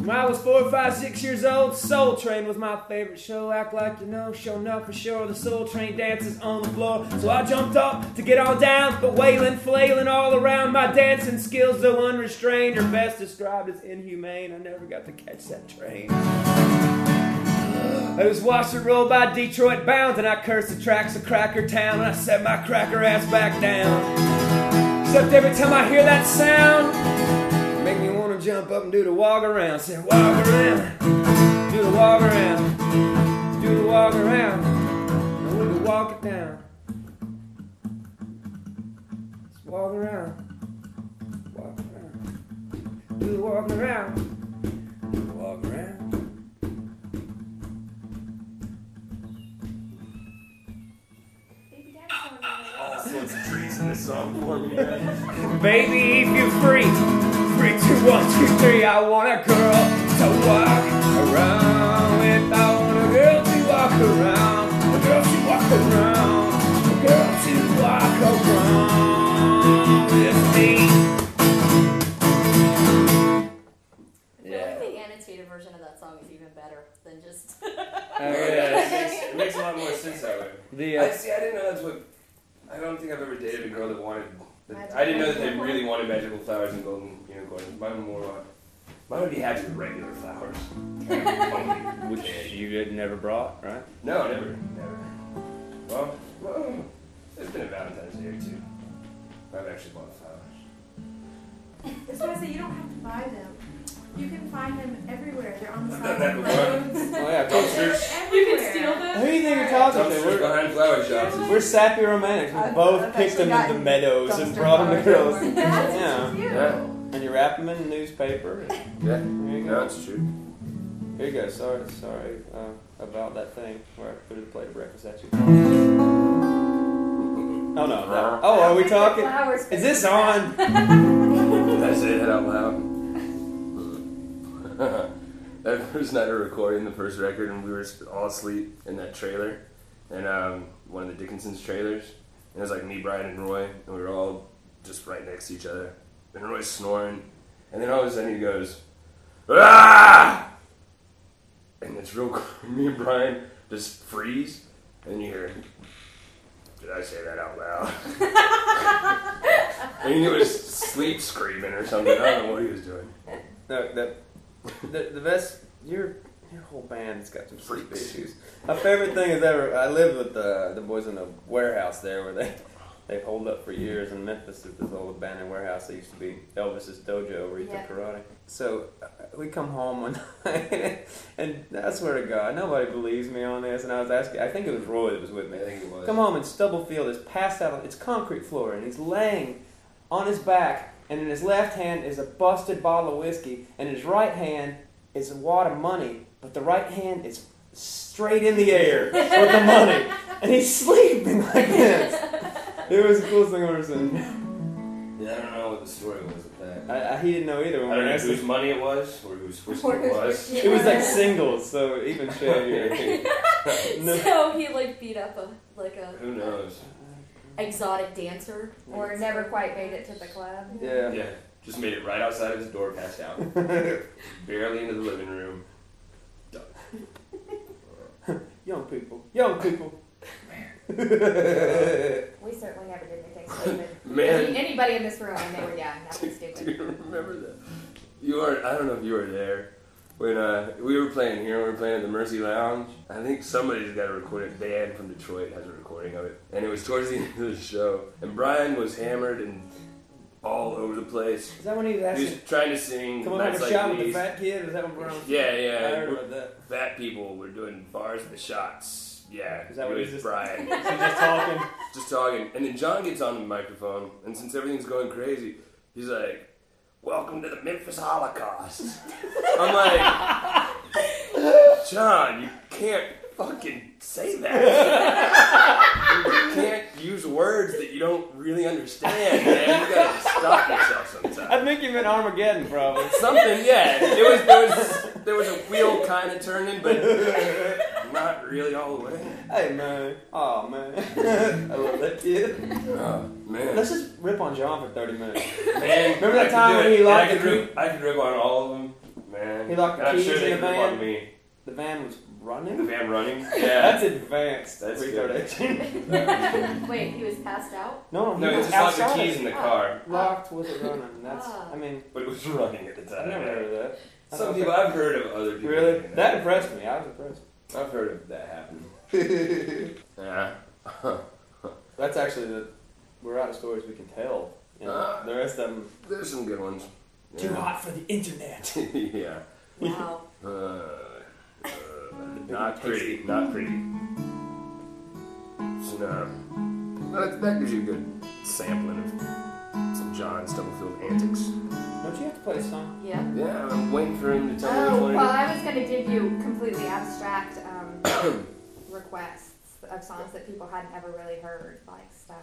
C: When I was four, five, six years old, Soul Train was my favorite show. Act like you know, show up for sure. The Soul Train dances on the floor. So I jumped up to get on down, but wailing, flailing all around. My dancing skills, though unrestrained, are best described as inhumane. I never got to catch that train. I was watched it roll by Detroit bound, and I cursed the tracks of Cracker Town, and I set my cracker ass back down. Except every time I hear that sound, it make me want to jump up and do the walk around. Say walk around, do the walk around, do the walk around, and we can walk it down. Let's walk around, walk around, do the walk around, do the walk around.
A: Baby daddy's coming over.
E: All sorts of trees in this song for me. man.
C: Baby, if you free, free two, one, two, three. I want a girl to walk around with. I want a girl to walk around. A girl to walk around. A girl to walk around with me.
F: I think the annotated version of that song is even better than just.
E: Oh, Yeah, it makes, it makes a lot more sense that way.
C: Oh, The
E: I
C: uh,
E: see. I didn't know that's what. I don't think I've ever dated a girl that wanted. That, I didn't know that they really wanted magical flowers and golden unicorns. Mine more. uh, Mine would be happy with regular flowers.
C: which you had never brought, right?
E: no, never, never. Well, well, there's been a Valentine's Day or two. I've actually bought flowers.
A: That's why I say you don't have to buy them. You can find them everywhere. They're on the
E: I've
A: side
E: done
A: of
E: that
A: the roads.
C: Oh yeah.
A: They're
E: Dumpsters.
A: everywhere.
B: You can steal them.
C: do you think you're talking
E: Dumpsters behind flower shops. is-
C: We're sappy romantics. We
B: I've-
C: both
B: I've
C: picked them
B: actually
C: in the
B: gotten
C: meadows and
B: dumpster
C: brought them to
B: flowers.
C: girls.
A: That's
C: Yeah.
A: cute.
E: Yeah.
C: And you wrap them in newspaper.
E: Yeah.
C: There you
E: No,
C: go.
E: it's true.
C: Here you go. Sorry, sorry. Uh, about that thing where I threw the plate of breakfast at you. Oh no! that- oh, are we talking? Is this on?
E: Did I say that out loud? that first night of recording the first record, and we were all asleep in that trailer, and um, one of the Dickinson's trailers, and it was like me, Brian, and Roy, and we were all just right next to each other, and Roy's snoring, and then all of a sudden he goes, ah, and it's real. me and Brian just freeze, and you hear, did I say that out loud? I think it was sleep screaming or something. I don't know what he was doing.
C: No, that the, the best. Your your whole band's got some sleep issues. My favorite thing is ever. I lived with the the boys in the warehouse there, where they they hold up for years in Memphis at this old abandoned warehouse that used to be Elvis's dojo where he
F: Yeah.
C: took karate. So uh, we come home one night, and I swear to God, nobody believes me on this. And I was asking, I think it was Roy that was with me.
E: think it was.
C: Come home and Stubblefield is passed out on it's concrete floor and he's laying on his back and in his left hand is a busted bottle of whiskey and his right hand is a wad of money, but the right hand is straight in the air with the money. And he's sleeping like this. It was the coolest thing I've ever seen.
E: Yeah, I don't know what the story was with that.
C: I, I, he didn't know either
E: I
C: when
E: don't
C: we
E: know
C: asked
E: whose
C: him.
E: money it was or whose whiskey
F: Or
E: it
F: whose
E: was.
F: whiskey
C: It was like singles, so even shadier. No.
F: So he like beat up a like a
E: Who knows?
F: exotic dancer
A: Or never quite made it to the club.
C: Yeah.
E: Yeah, just made it right outside of his door, passed out, barely into the living room. Done.
C: Young people. Young people.
A: We certainly never did anything stupid. I mean,
E: Man,
A: anybody in this room, and they were young, that was
E: do
A: stupid.
E: you remember that? You are. I don't know if you were there when uh, we were playing here. We were playing at the Mercy Lounge. I think somebody's got a recorded band from Detroit has a recording of it, and it was towards the end of the show. And Brian was hammered and all over the place.
C: Is that when he was
E: He
C: asking?
E: was trying to sing.
C: Come on, have
E: Nights
C: a
E: Like
C: shot with the
E: These.
C: fat kid. Is that what Brown?
E: Yeah,
C: I heard
E: yeah.
C: about that.
E: Fat people were doing bars with the shots. Yeah.
C: Is that what
E: it
C: he's
E: was
C: just-
E: Brian.
C: She's just talking.
E: just talking. And then John gets on the microphone, and since everything's going crazy, he's like, Welcome to the Memphis Holocaust. I'm like, John, you can't fucking say that. you can't use words that you don't really understand, man. You gotta stop yourself sometimes
C: I think you meant Armageddon, probably.
E: something. Yeah, it was there was there was a wheel kind of turning, but not really all the way.
C: Hey man, oh man, I love that kid.
E: Oh man,
C: Let's just rip on John for thirty minutes.
E: man.
C: Remember that
E: I could
C: time
E: do
C: when
E: it.
C: he
E: And
C: locked
E: I could
C: the
E: rip, I could rip on all of them, man.
C: He locked the
E: And I'm
C: keys
E: sure
C: in
E: they
C: the
E: could
C: van?
E: Rip on me.
C: The van was
E: The
C: running.
E: van running. Yeah.
C: That's advanced
E: That's
C: retardation.
F: Wait, he was passed out?
C: no, he
E: no, it
C: was
E: just locked
C: outside.
E: the keys in the car,
C: Locked was it running? That's. I mean,
E: but it was running at the
C: I've
E: time.
C: never heard of that. I
E: Some
C: thought
E: people I've heard of other
C: that-
E: people.
C: Really?
E: doing
C: That impressed me. I was impressed.
E: I've heard of that happening. Yeah.
C: That's actually the. We're out of stories we can tell. You know,
E: Ah.
C: the rest of them.
E: There's some good ones.
D: Too
E: Yeah.
D: hot for the internet.
E: yeah.
F: Wow.
E: Uh, uh, not pretty, not pretty. So no, no, that, that gives you a good sampling of some John Stubblefield antics.
C: Don't you have to play a song?
F: Yeah.
E: Yeah, I'm waiting for him to tell me which
A: Oh,
E: one.
A: well,
E: it is.
A: I was going to give you completely abstract um, requests of songs that people hadn't ever really heard, like stuff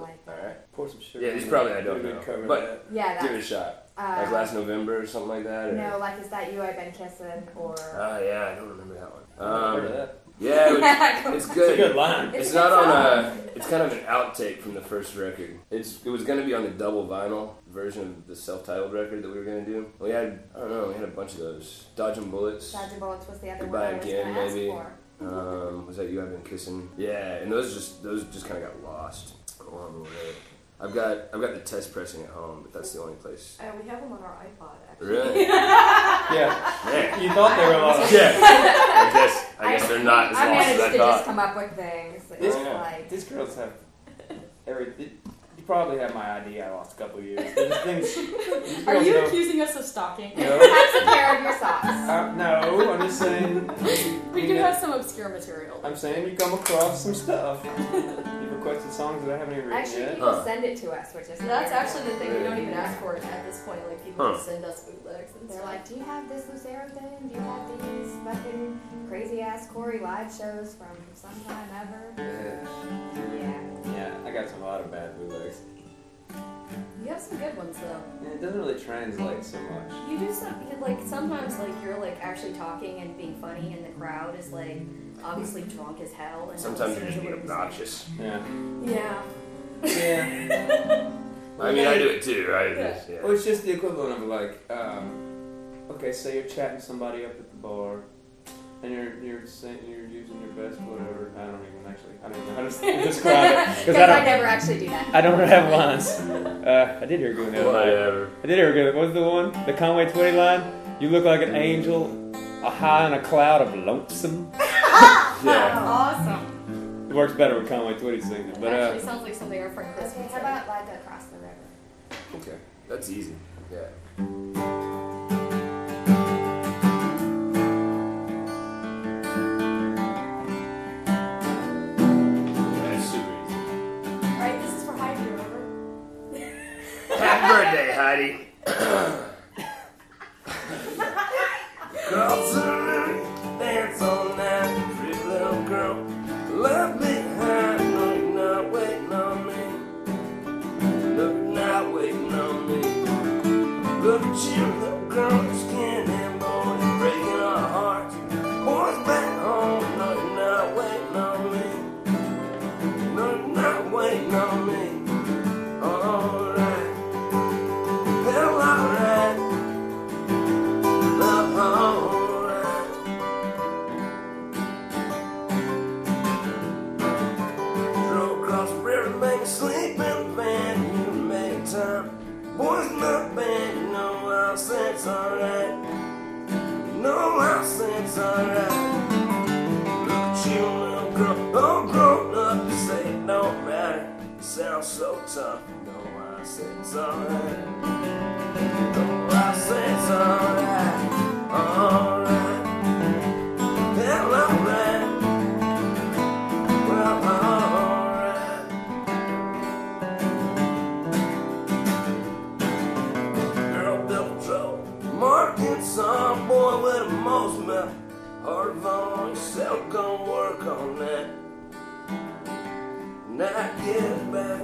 A: like.
E: All right.
C: Pour some sugar.
E: Yeah, these
C: on it.
E: probably I don't
C: We would
E: know,
C: cover
E: but-
C: that.
A: Yeah,
E: Give it
A: that.
E: a shot.
A: Uh,
E: Like last November or something like that. Or...
A: no, like is that you I've been kissing or.
E: Ah, yeah, I don't remember that one.
C: Cover
E: Um,
C: that.
E: yeah,
A: Come
E: it's, it's
C: It's a
E: good.
C: good line.
E: It's not on a. It's kind of an outtake from the first record. It's it was gonna be on the double vinyl version of the self-titled record that we were gonna do. We had I don't know. We had a bunch of those. Dodging bullets.
A: Dodging bullets was the other
E: Goodbye
A: one I was
E: again,
A: gonna ask
E: maybe.
A: for.
E: Um, was that you I've been kissing? Yeah, and those just those just kind of got lost along the way. I've got I've got the test pressing at home, but that's the only place.
F: Uh, we have them on our iPod actually.
E: Really?
C: Yeah,
E: Man.
C: you thought they were lost.
E: Yeah. I guess I guess they're not as
A: I
E: lost
A: managed
E: as I
A: to just
E: thought.
A: come up with things. It's
C: This-
A: like
C: These girls have every. You probably have my idea. I lost a couple years. There's things. these
B: Are
C: girls
B: you
C: know-
B: accusing us of stalking?
C: No,
A: That's a pair of your socks.
C: I, Uh, no. I'm just saying.
B: We
C: you
B: do
C: know,
B: have some obscure material.
C: I'm saying you come across some stuff. You requested songs that I haven't even written
A: Actually,
C: yet.
A: people
E: Huh.
A: send it to us, which is
B: So that's
A: weird.
B: actually the thing we don't even ask for at this point. Like people
E: Huh.
B: just send us bootlegs and
A: They're
B: stuff.
A: like, do you have this Lucero thing? Do you have these fucking crazy ass Corey live shows from sometime ever? Yeah.
C: Yeah, I got some a lot of bad bootlegs.
B: You have some good ones though.
C: Yeah, it doesn't really translate so much.
F: You do some because like sometimes like you're like actually talking and being funny and the crowd is like obviously drunk as hell and
E: Sometimes you're
F: listening
E: just
F: to
E: being
F: what you're
E: obnoxious.
C: Yeah.
F: saying. Yeah.
C: Yeah.
E: I mean, I do it too. I
B: Yeah.
C: Well,
E: yeah.
C: it's just the equivalent of like, um, okay, say you're chatting somebody up at the bar, and you're you're saying, you're using your best whatever. I don't even actually. I don't know how to describe it
A: Because I, never actually do that.
C: I don't have lines. Uh, I did hear a good one the other night.
E: Whatever.
C: I did hear a good. What was the one? The Conway Twitty line. You look like an angel, a high in a cloud of lonesome.
E: Yeah.
A: Awesome.
C: It works better with Conway Twitty singing it, but
B: actually
C: uh,
B: sounds like something our friend Chris
A: Okay,
B: would
A: how
B: say.
A: about like across the river?
E: Okay. That's easy. Yeah. That's super easy.
B: Right, this is for Heidi, remember?
E: Happy birthday, Heidi. Cross around, dance all night, pretty little girl. Left behind, no, you're not waiting on me. No, you're not waiting on me. Look at you, little girl, your skin and bone, breaking our hearts. Horse back home, no, you're not waiting on me. No, you're not waiting on me. Alright, well, alright, well, alright. Drove across the river, made me sleep in the van. You made time, boys in the band. You know I said it's alright. You know I said it's alright. Look at you, little girl, all grown up. You say it don't matter. You sound so tough. No, I say it's alright. No, I say it's alright. Alright. Well, alright. Well, alright. Girl built trouble. Marking some boy with a most mouth. Hard on yourself, gonna work on that. And I get back.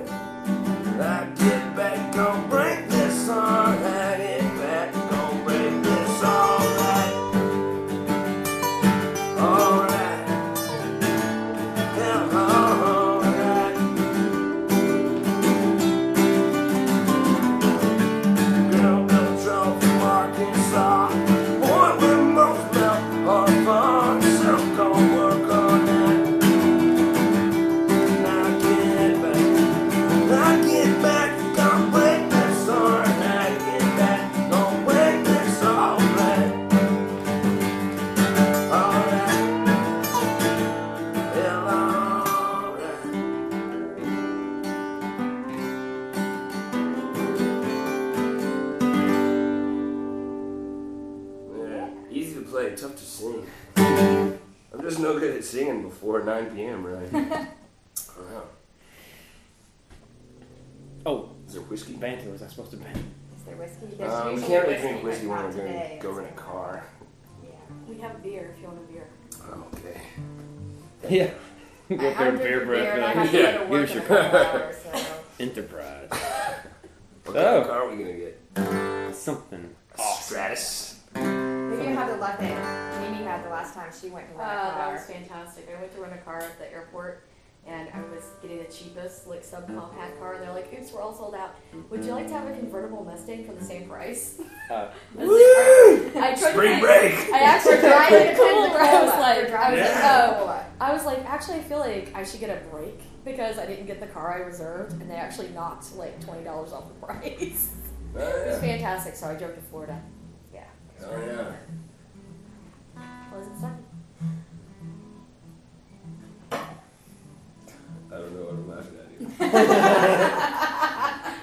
E: I get back, gonna break this song. I get back, gonna break this alright. Alright. Yeah, alright. Girl, no trouble from Arkansas. Boy, we both melt our fun. So go work on that. Now get back. Now get back. Don't wait this hard. Now get back. Don't wait this all right. All right. Well, all right. Yeah, easy to play, tough to sing. I'm just no good at singing before 9 p.m., really. wow.
C: oh,
E: Is there whiskey?
C: banter. Was I supposed to banter?
A: Is there whiskey? There's
E: Um, we
A: usually
E: can't really
A: whiskey,
E: drink
A: but
E: whiskey when
A: not
E: we're
A: today.
E: going go in a car.
A: Yeah.
F: We have beer if you want a beer.
E: Okay.
C: Yeah.
A: I-
C: Go up
A: I'm
C: there, beer
A: drinking
C: breath.
A: and I
C: like,
A: have to go to
E: Yeah,
A: work
C: here's
A: in
C: your
A: a couple hours, so-
C: Enterprise.
E: What kind
C: Oh.
E: of car are we going to get?
C: Something.
E: A Stratus?
A: Maybe you had the luck that Mimi had the last time she went to
B: Uh,
A: rent a
B: that was
A: car.
B: fantastic. I went to rent a car at the airport and I was getting the cheapest like subcompact car and they're like, oops, we're all sold out. Would you like to have a convertible Mustang for the same price?
C: Uh,
B: I was like, "All right." I tried to
E: Spring
B: make-
E: break!
B: I actually
A: For
B: tried to
A: driving
B: make
A: a
B: it cool, but I was like, I was like, oh.
A: Cola.
B: I was like, actually, I feel like I should get a break because I didn't get the car I reserved, and they actually knocked like twenty dollars off the price.
E: Oh,
B: it was
E: yeah.
B: fantastic. So I drove to Florida.
E: Oh, yeah.
B: Wasn't fun.
E: I don't know what I'm laughing at.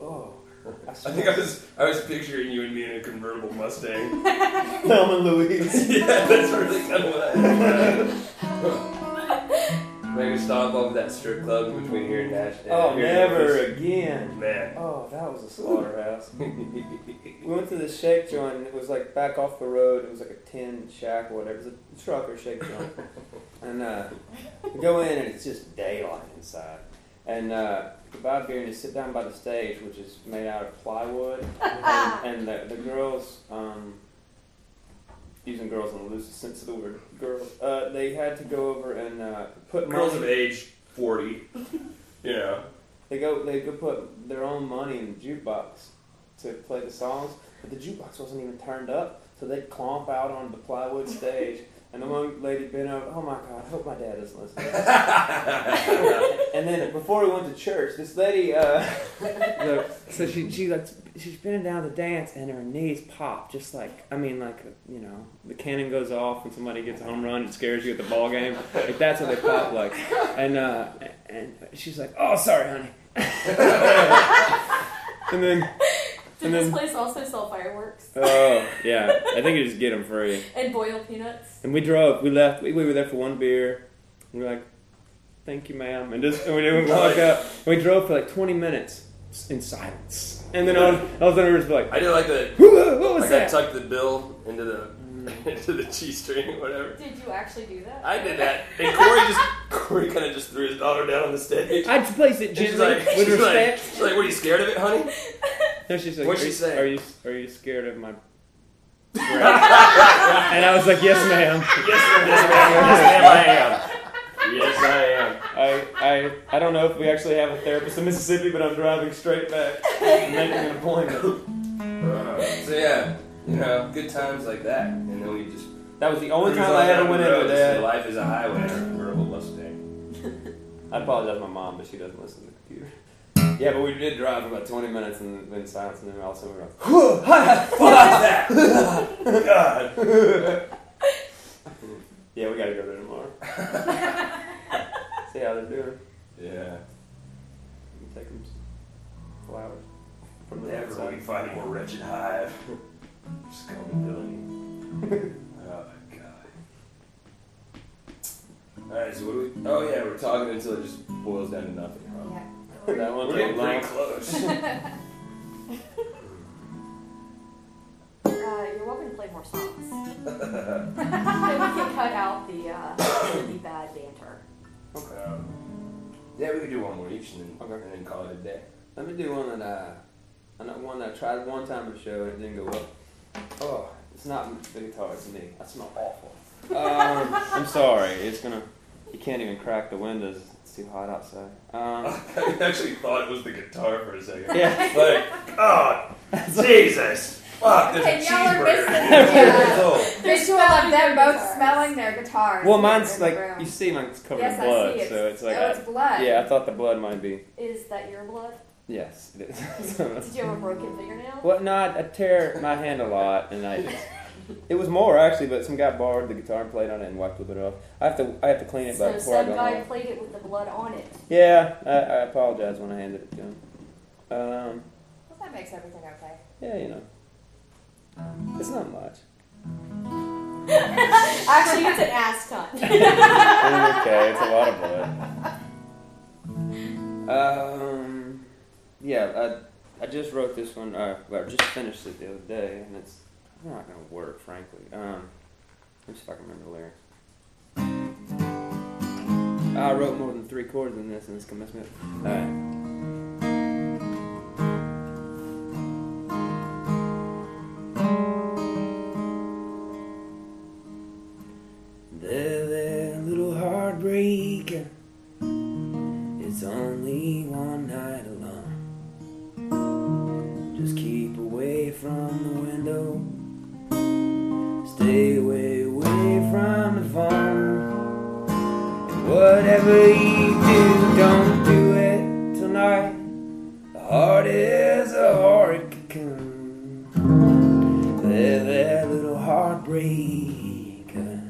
C: Oh.
E: I was picturing you and me in a convertible Mustang.
C: Thelma and Louise.
E: yeah, that's really kind of what I had. Make a stop off at that strip club in between here and Nashville.
C: Oh,
E: here in
C: never
E: Memphis.
C: again.
E: Man.
C: Oh, that was a slaughterhouse. We went to the shake joint and it was like back off the road. It was like a tin shack or whatever. It was a truck or shake joint. and uh, we go in and it's just daylight inside. And uh, you buy beer and you sit down by the stage, which is made out of plywood. and the, the girls, um, using girls in the loosest sense of the word, girls, uh, they had to go over and uh, put
E: Girls
C: money-
E: of age 40. You know.
C: They go. They go put their own money in the jukebox to play the songs, but the jukebox wasn't even turned up, so they clomp out on the plywood stage. And the one lady bent over. Oh my God! I hope my dad doesn't listen. to this." and then before we went to church, this lady, uh, the, so she she like she's bending down to dance, and her knees pop. Just like I mean, like you know, the cannon goes off when somebody gets a home run. It scares you at the ball game. Like that's what they pop like. And uh, and she's like, "Oh, sorry, honey." and then,
B: Did
C: and
B: this
C: then,
B: place also sell fireworks
C: oh yeah, I think you just get them free.
B: and boiled peanuts?
C: And we drove. We left. We, we were there for one beer. And we were like, "Thank you, ma'am," and just and we didn't walk up. And we drove for like 20 minutes in silence. And then all, all of a sudden we were just like,
E: I did like the.
C: "Who- "What was
E: Like I
C: that?"
E: tucked the bill into the into the G string, or whatever.
B: Did you actually do that?
E: I did that, and Corey just Corey kind of just threw his daughter down on the stage.
C: I just placed it
E: And she's
C: gently
E: like,
C: with
E: she's like,
C: respect.
E: she's like, "What are you scared of it, honey?"
B: Uh,
C: no, she's like,
E: what'd
C: are,
E: she
C: you-
E: say?
C: "Are you are you scared of my?" breath?" and I was like, "Yes, ma'am."
E: Yes, yes, ma'am. Yes, ma'am, I am. Yes, I am.
C: I, I I don't know if we actually have a therapist in Mississippi, but I'm driving straight back, and making an appointment.
E: Uh, so yeah, you know, good times like that, and then we just.
C: That was the only
E: cruise
C: time
E: on
C: I ever
E: down
C: went
E: the
C: in
E: road.
C: with Dad.
E: Life is a highway, in a convertible Mustang.
C: I apologize to my mom, but she doesn't listen to the computer. Yeah, but we did drive for about 20 minutes in, in silence, and then all of a sudden we were like, "Whew, hi, hi."
E: What was that? God.
C: "Yeah, we gotta go there tomorrow. See how they're doing.
E: Yeah.
C: And Take them flowers from the
E: Never will we
C: outside."
E: find a more wretched hive. Scumbility. oh my god. Alright, so what do we. Oh yeah, we're talking until it just boils down to nothing, huh?
A: Yeah.
C: That
E: We're
C: one's
E: getting
C: long.
E: pretty close.
B: Uh, you're welcome to play more songs. so we can cut out the uh, the bad banter.
E: um, yeah, we could do one more each and then,
C: Okay.
E: and then call it a day.
C: Let me do one that uh, I know one that I tried one time at a show and it didn't go well. Oh, it's not the guitar, it's me. I smell awful. Um, I'm sorry. It's gonna. You can't even crack the windows. It's too hot outside. Um,
E: I actually thought it was the guitar for a second.
C: yeah.
E: Like, oh, Jesus! Fuck, there's
A: And
E: a
A: y'all are
E: cheeseburger.
A: missing-
E: Yeah.
A: There's two of them both
F: guitars.
A: smelling their guitars.
C: Well,
A: in-
C: mine's
A: in the
C: like
A: room.
C: you see, mine's covered
A: yes,
C: in blood,
A: I see. It's,
C: so it's like.
A: oh, it's blood.
C: I, yeah, I thought the blood might be.
B: Is that your blood?
C: Yes, it is. So-
B: Did you have a broken fingernail?
C: Well, no, I, I tear my hand a lot, and I just, it was more actually, but some guy borrowed the guitar and played on it and wiped a little bit off. I have to, I have to clean it, but
B: So
C: before I
B: some
C: go
B: guy
C: home.
B: played it with the blood on it.
C: Yeah, I, I apologize when I handed it to him. Um,
A: Well, that makes everything okay.
C: yeah, you know, it's not much.
B: Actually, it's an ass ton.
C: Mm, okay, it's a lot of blood. Um, yeah, I, I just wrote this one, uh, well, I just finished it the other day, and it's not gonna work, frankly. Um, let me see if I can remember the lyrics. I wrote more than three chords in this, and it's gonna mess me up. Alright.
D: There, there, little heartbreaker. It's only one night alone. Just keep away from the window. Stay away, away from the phone. And whatever you do, don't do it tonight. The heart is a horrid cocoon. There, there, little heartbreaker.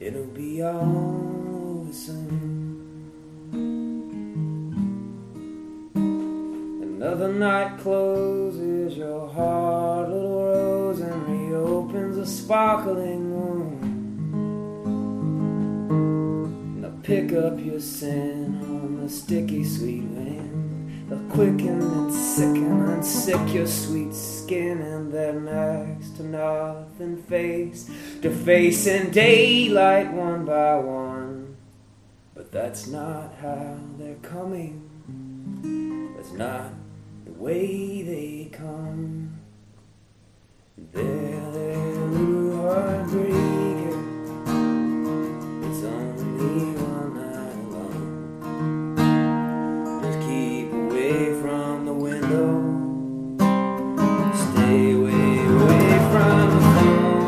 D: It'll be all over soon. Another night closes your
C: the sparkling one. They'll pick up your sin on the sticky sweet wind. They'll quicken and sicken and sick your sweet skin, and they're next to nothing face to face in daylight one by one. But that's not how they're coming. That's not the way they come. They're their little heartbreaker. It's only one night alone. Just keep away from the window. Stay away, away from the phone.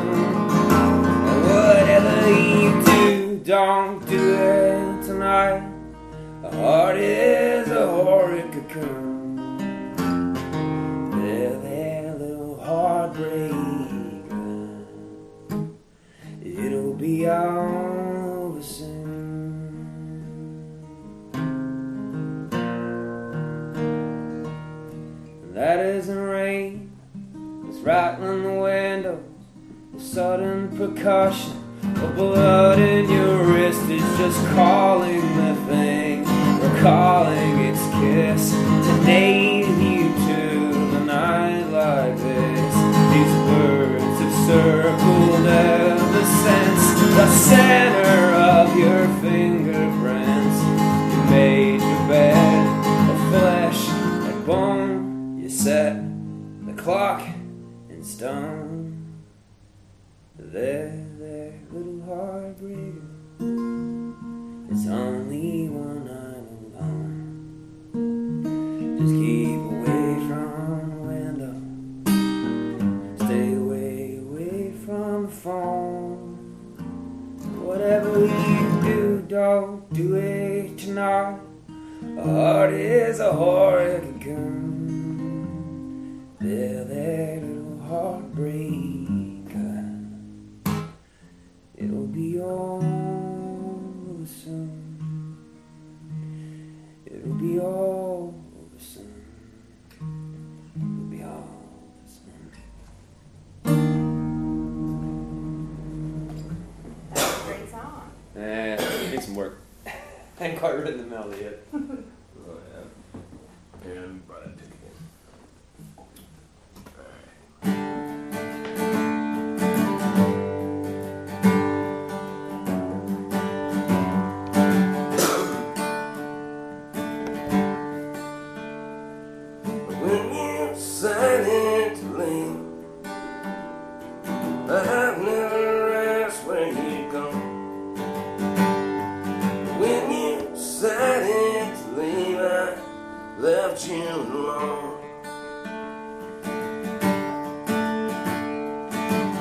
C: And whatever you do, don't do it tonight. A heart is a horrid cocoon. They're their little heartbreaker. It'll be all over soon. That isn't rain. It's rattling the window. A sudden precaution. The blood in your wrist is just calling the thing, recalling its kiss to name you to the night like this. These birds have circled ever since the center of your fingerprints. You made your bed of flesh and bone. You set the clock in stone. There, there, little heartbreaker. It's only one night alone. Just keep away from the window. Stay away, away from the phone. Whatever you do, don't do it tonight. A heart is a horrid cocoon. There, there, little heartbreaker. It'll be all soon. It'll be all soon. It'll be all soon.
A: That's a great song.
G: Eh, need some work. I ain't quite written the melody yet.
E: Oh, yeah. Yeah, I'm brought that pick again. When you're silent lane, I've never asked where you go. When you silent lane, I left you alone.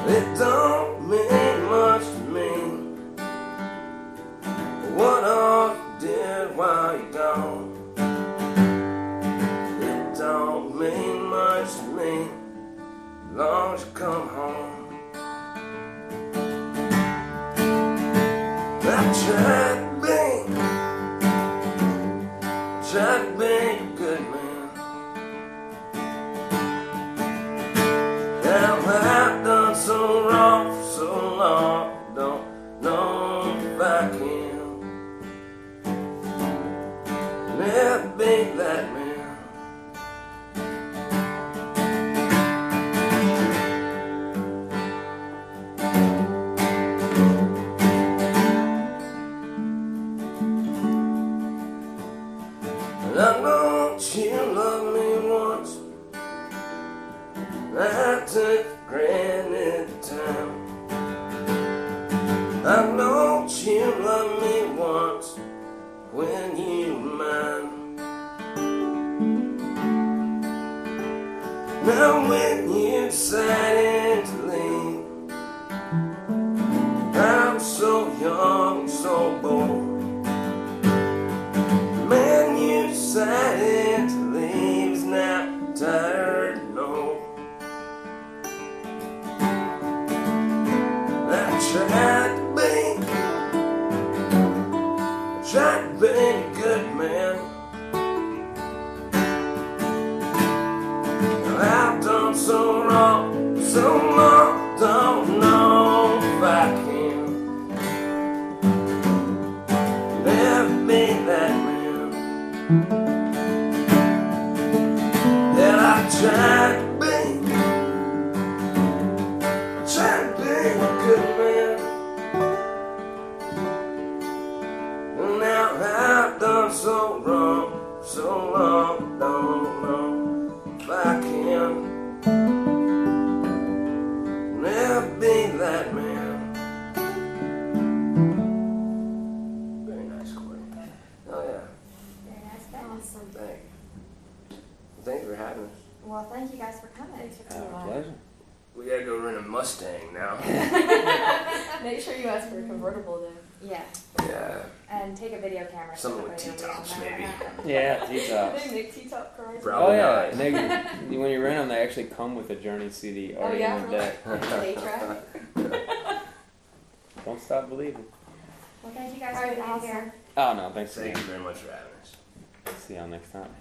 E: It don't mean much to me what I did while you're gone. It don't mean much to me. Long as you come home. I tried to be, tried to be a good man. Now I've done so wrong for so long, don't know if I can. Never be that man. And I know she loved me once. And I took for granted the time. I know she loved me once when you were mine. Now when you decided to leave, I'm so young, so bold. Man, you decided to leave is not tired, no. I tried to be, I tried to be a good man. I've done so wrong, so long, don't know And I tried to be, I tried to be a good man. And now I've done so wrong, so long, don't know if I can never be that man. Very nice, Corey. Oh yeah,
A: Very nice band.
F: Awesome.
E: thank you. Thank you for having us.
A: Well, thank you guys for coming.
C: Our pleasure.
E: We gotta go rent a Mustang now.
B: Make sure you ask for a convertible though.
A: Yeah,
E: yeah,
A: and take a video camera. so
E: Someone with
A: nobody will
E: T-tops,
A: know.
E: maybe.
C: Yeah, T-tops.
B: Big Nick T-top cars.
C: Oh
E: probably
C: yeah,
E: not.
C: and they, when you rent them, they actually come with a Journey CD
B: Oh
C: already
B: yeah,
C: in
B: for
C: the deck.
B: like day track.
C: Don't stop believing.
A: Well, thank you guys
B: All
A: for
B: right,
A: being
B: awesome.
A: here.
C: Oh no, thanks
E: Thank
C: again.
E: you very much for having us.
C: See y'all next time.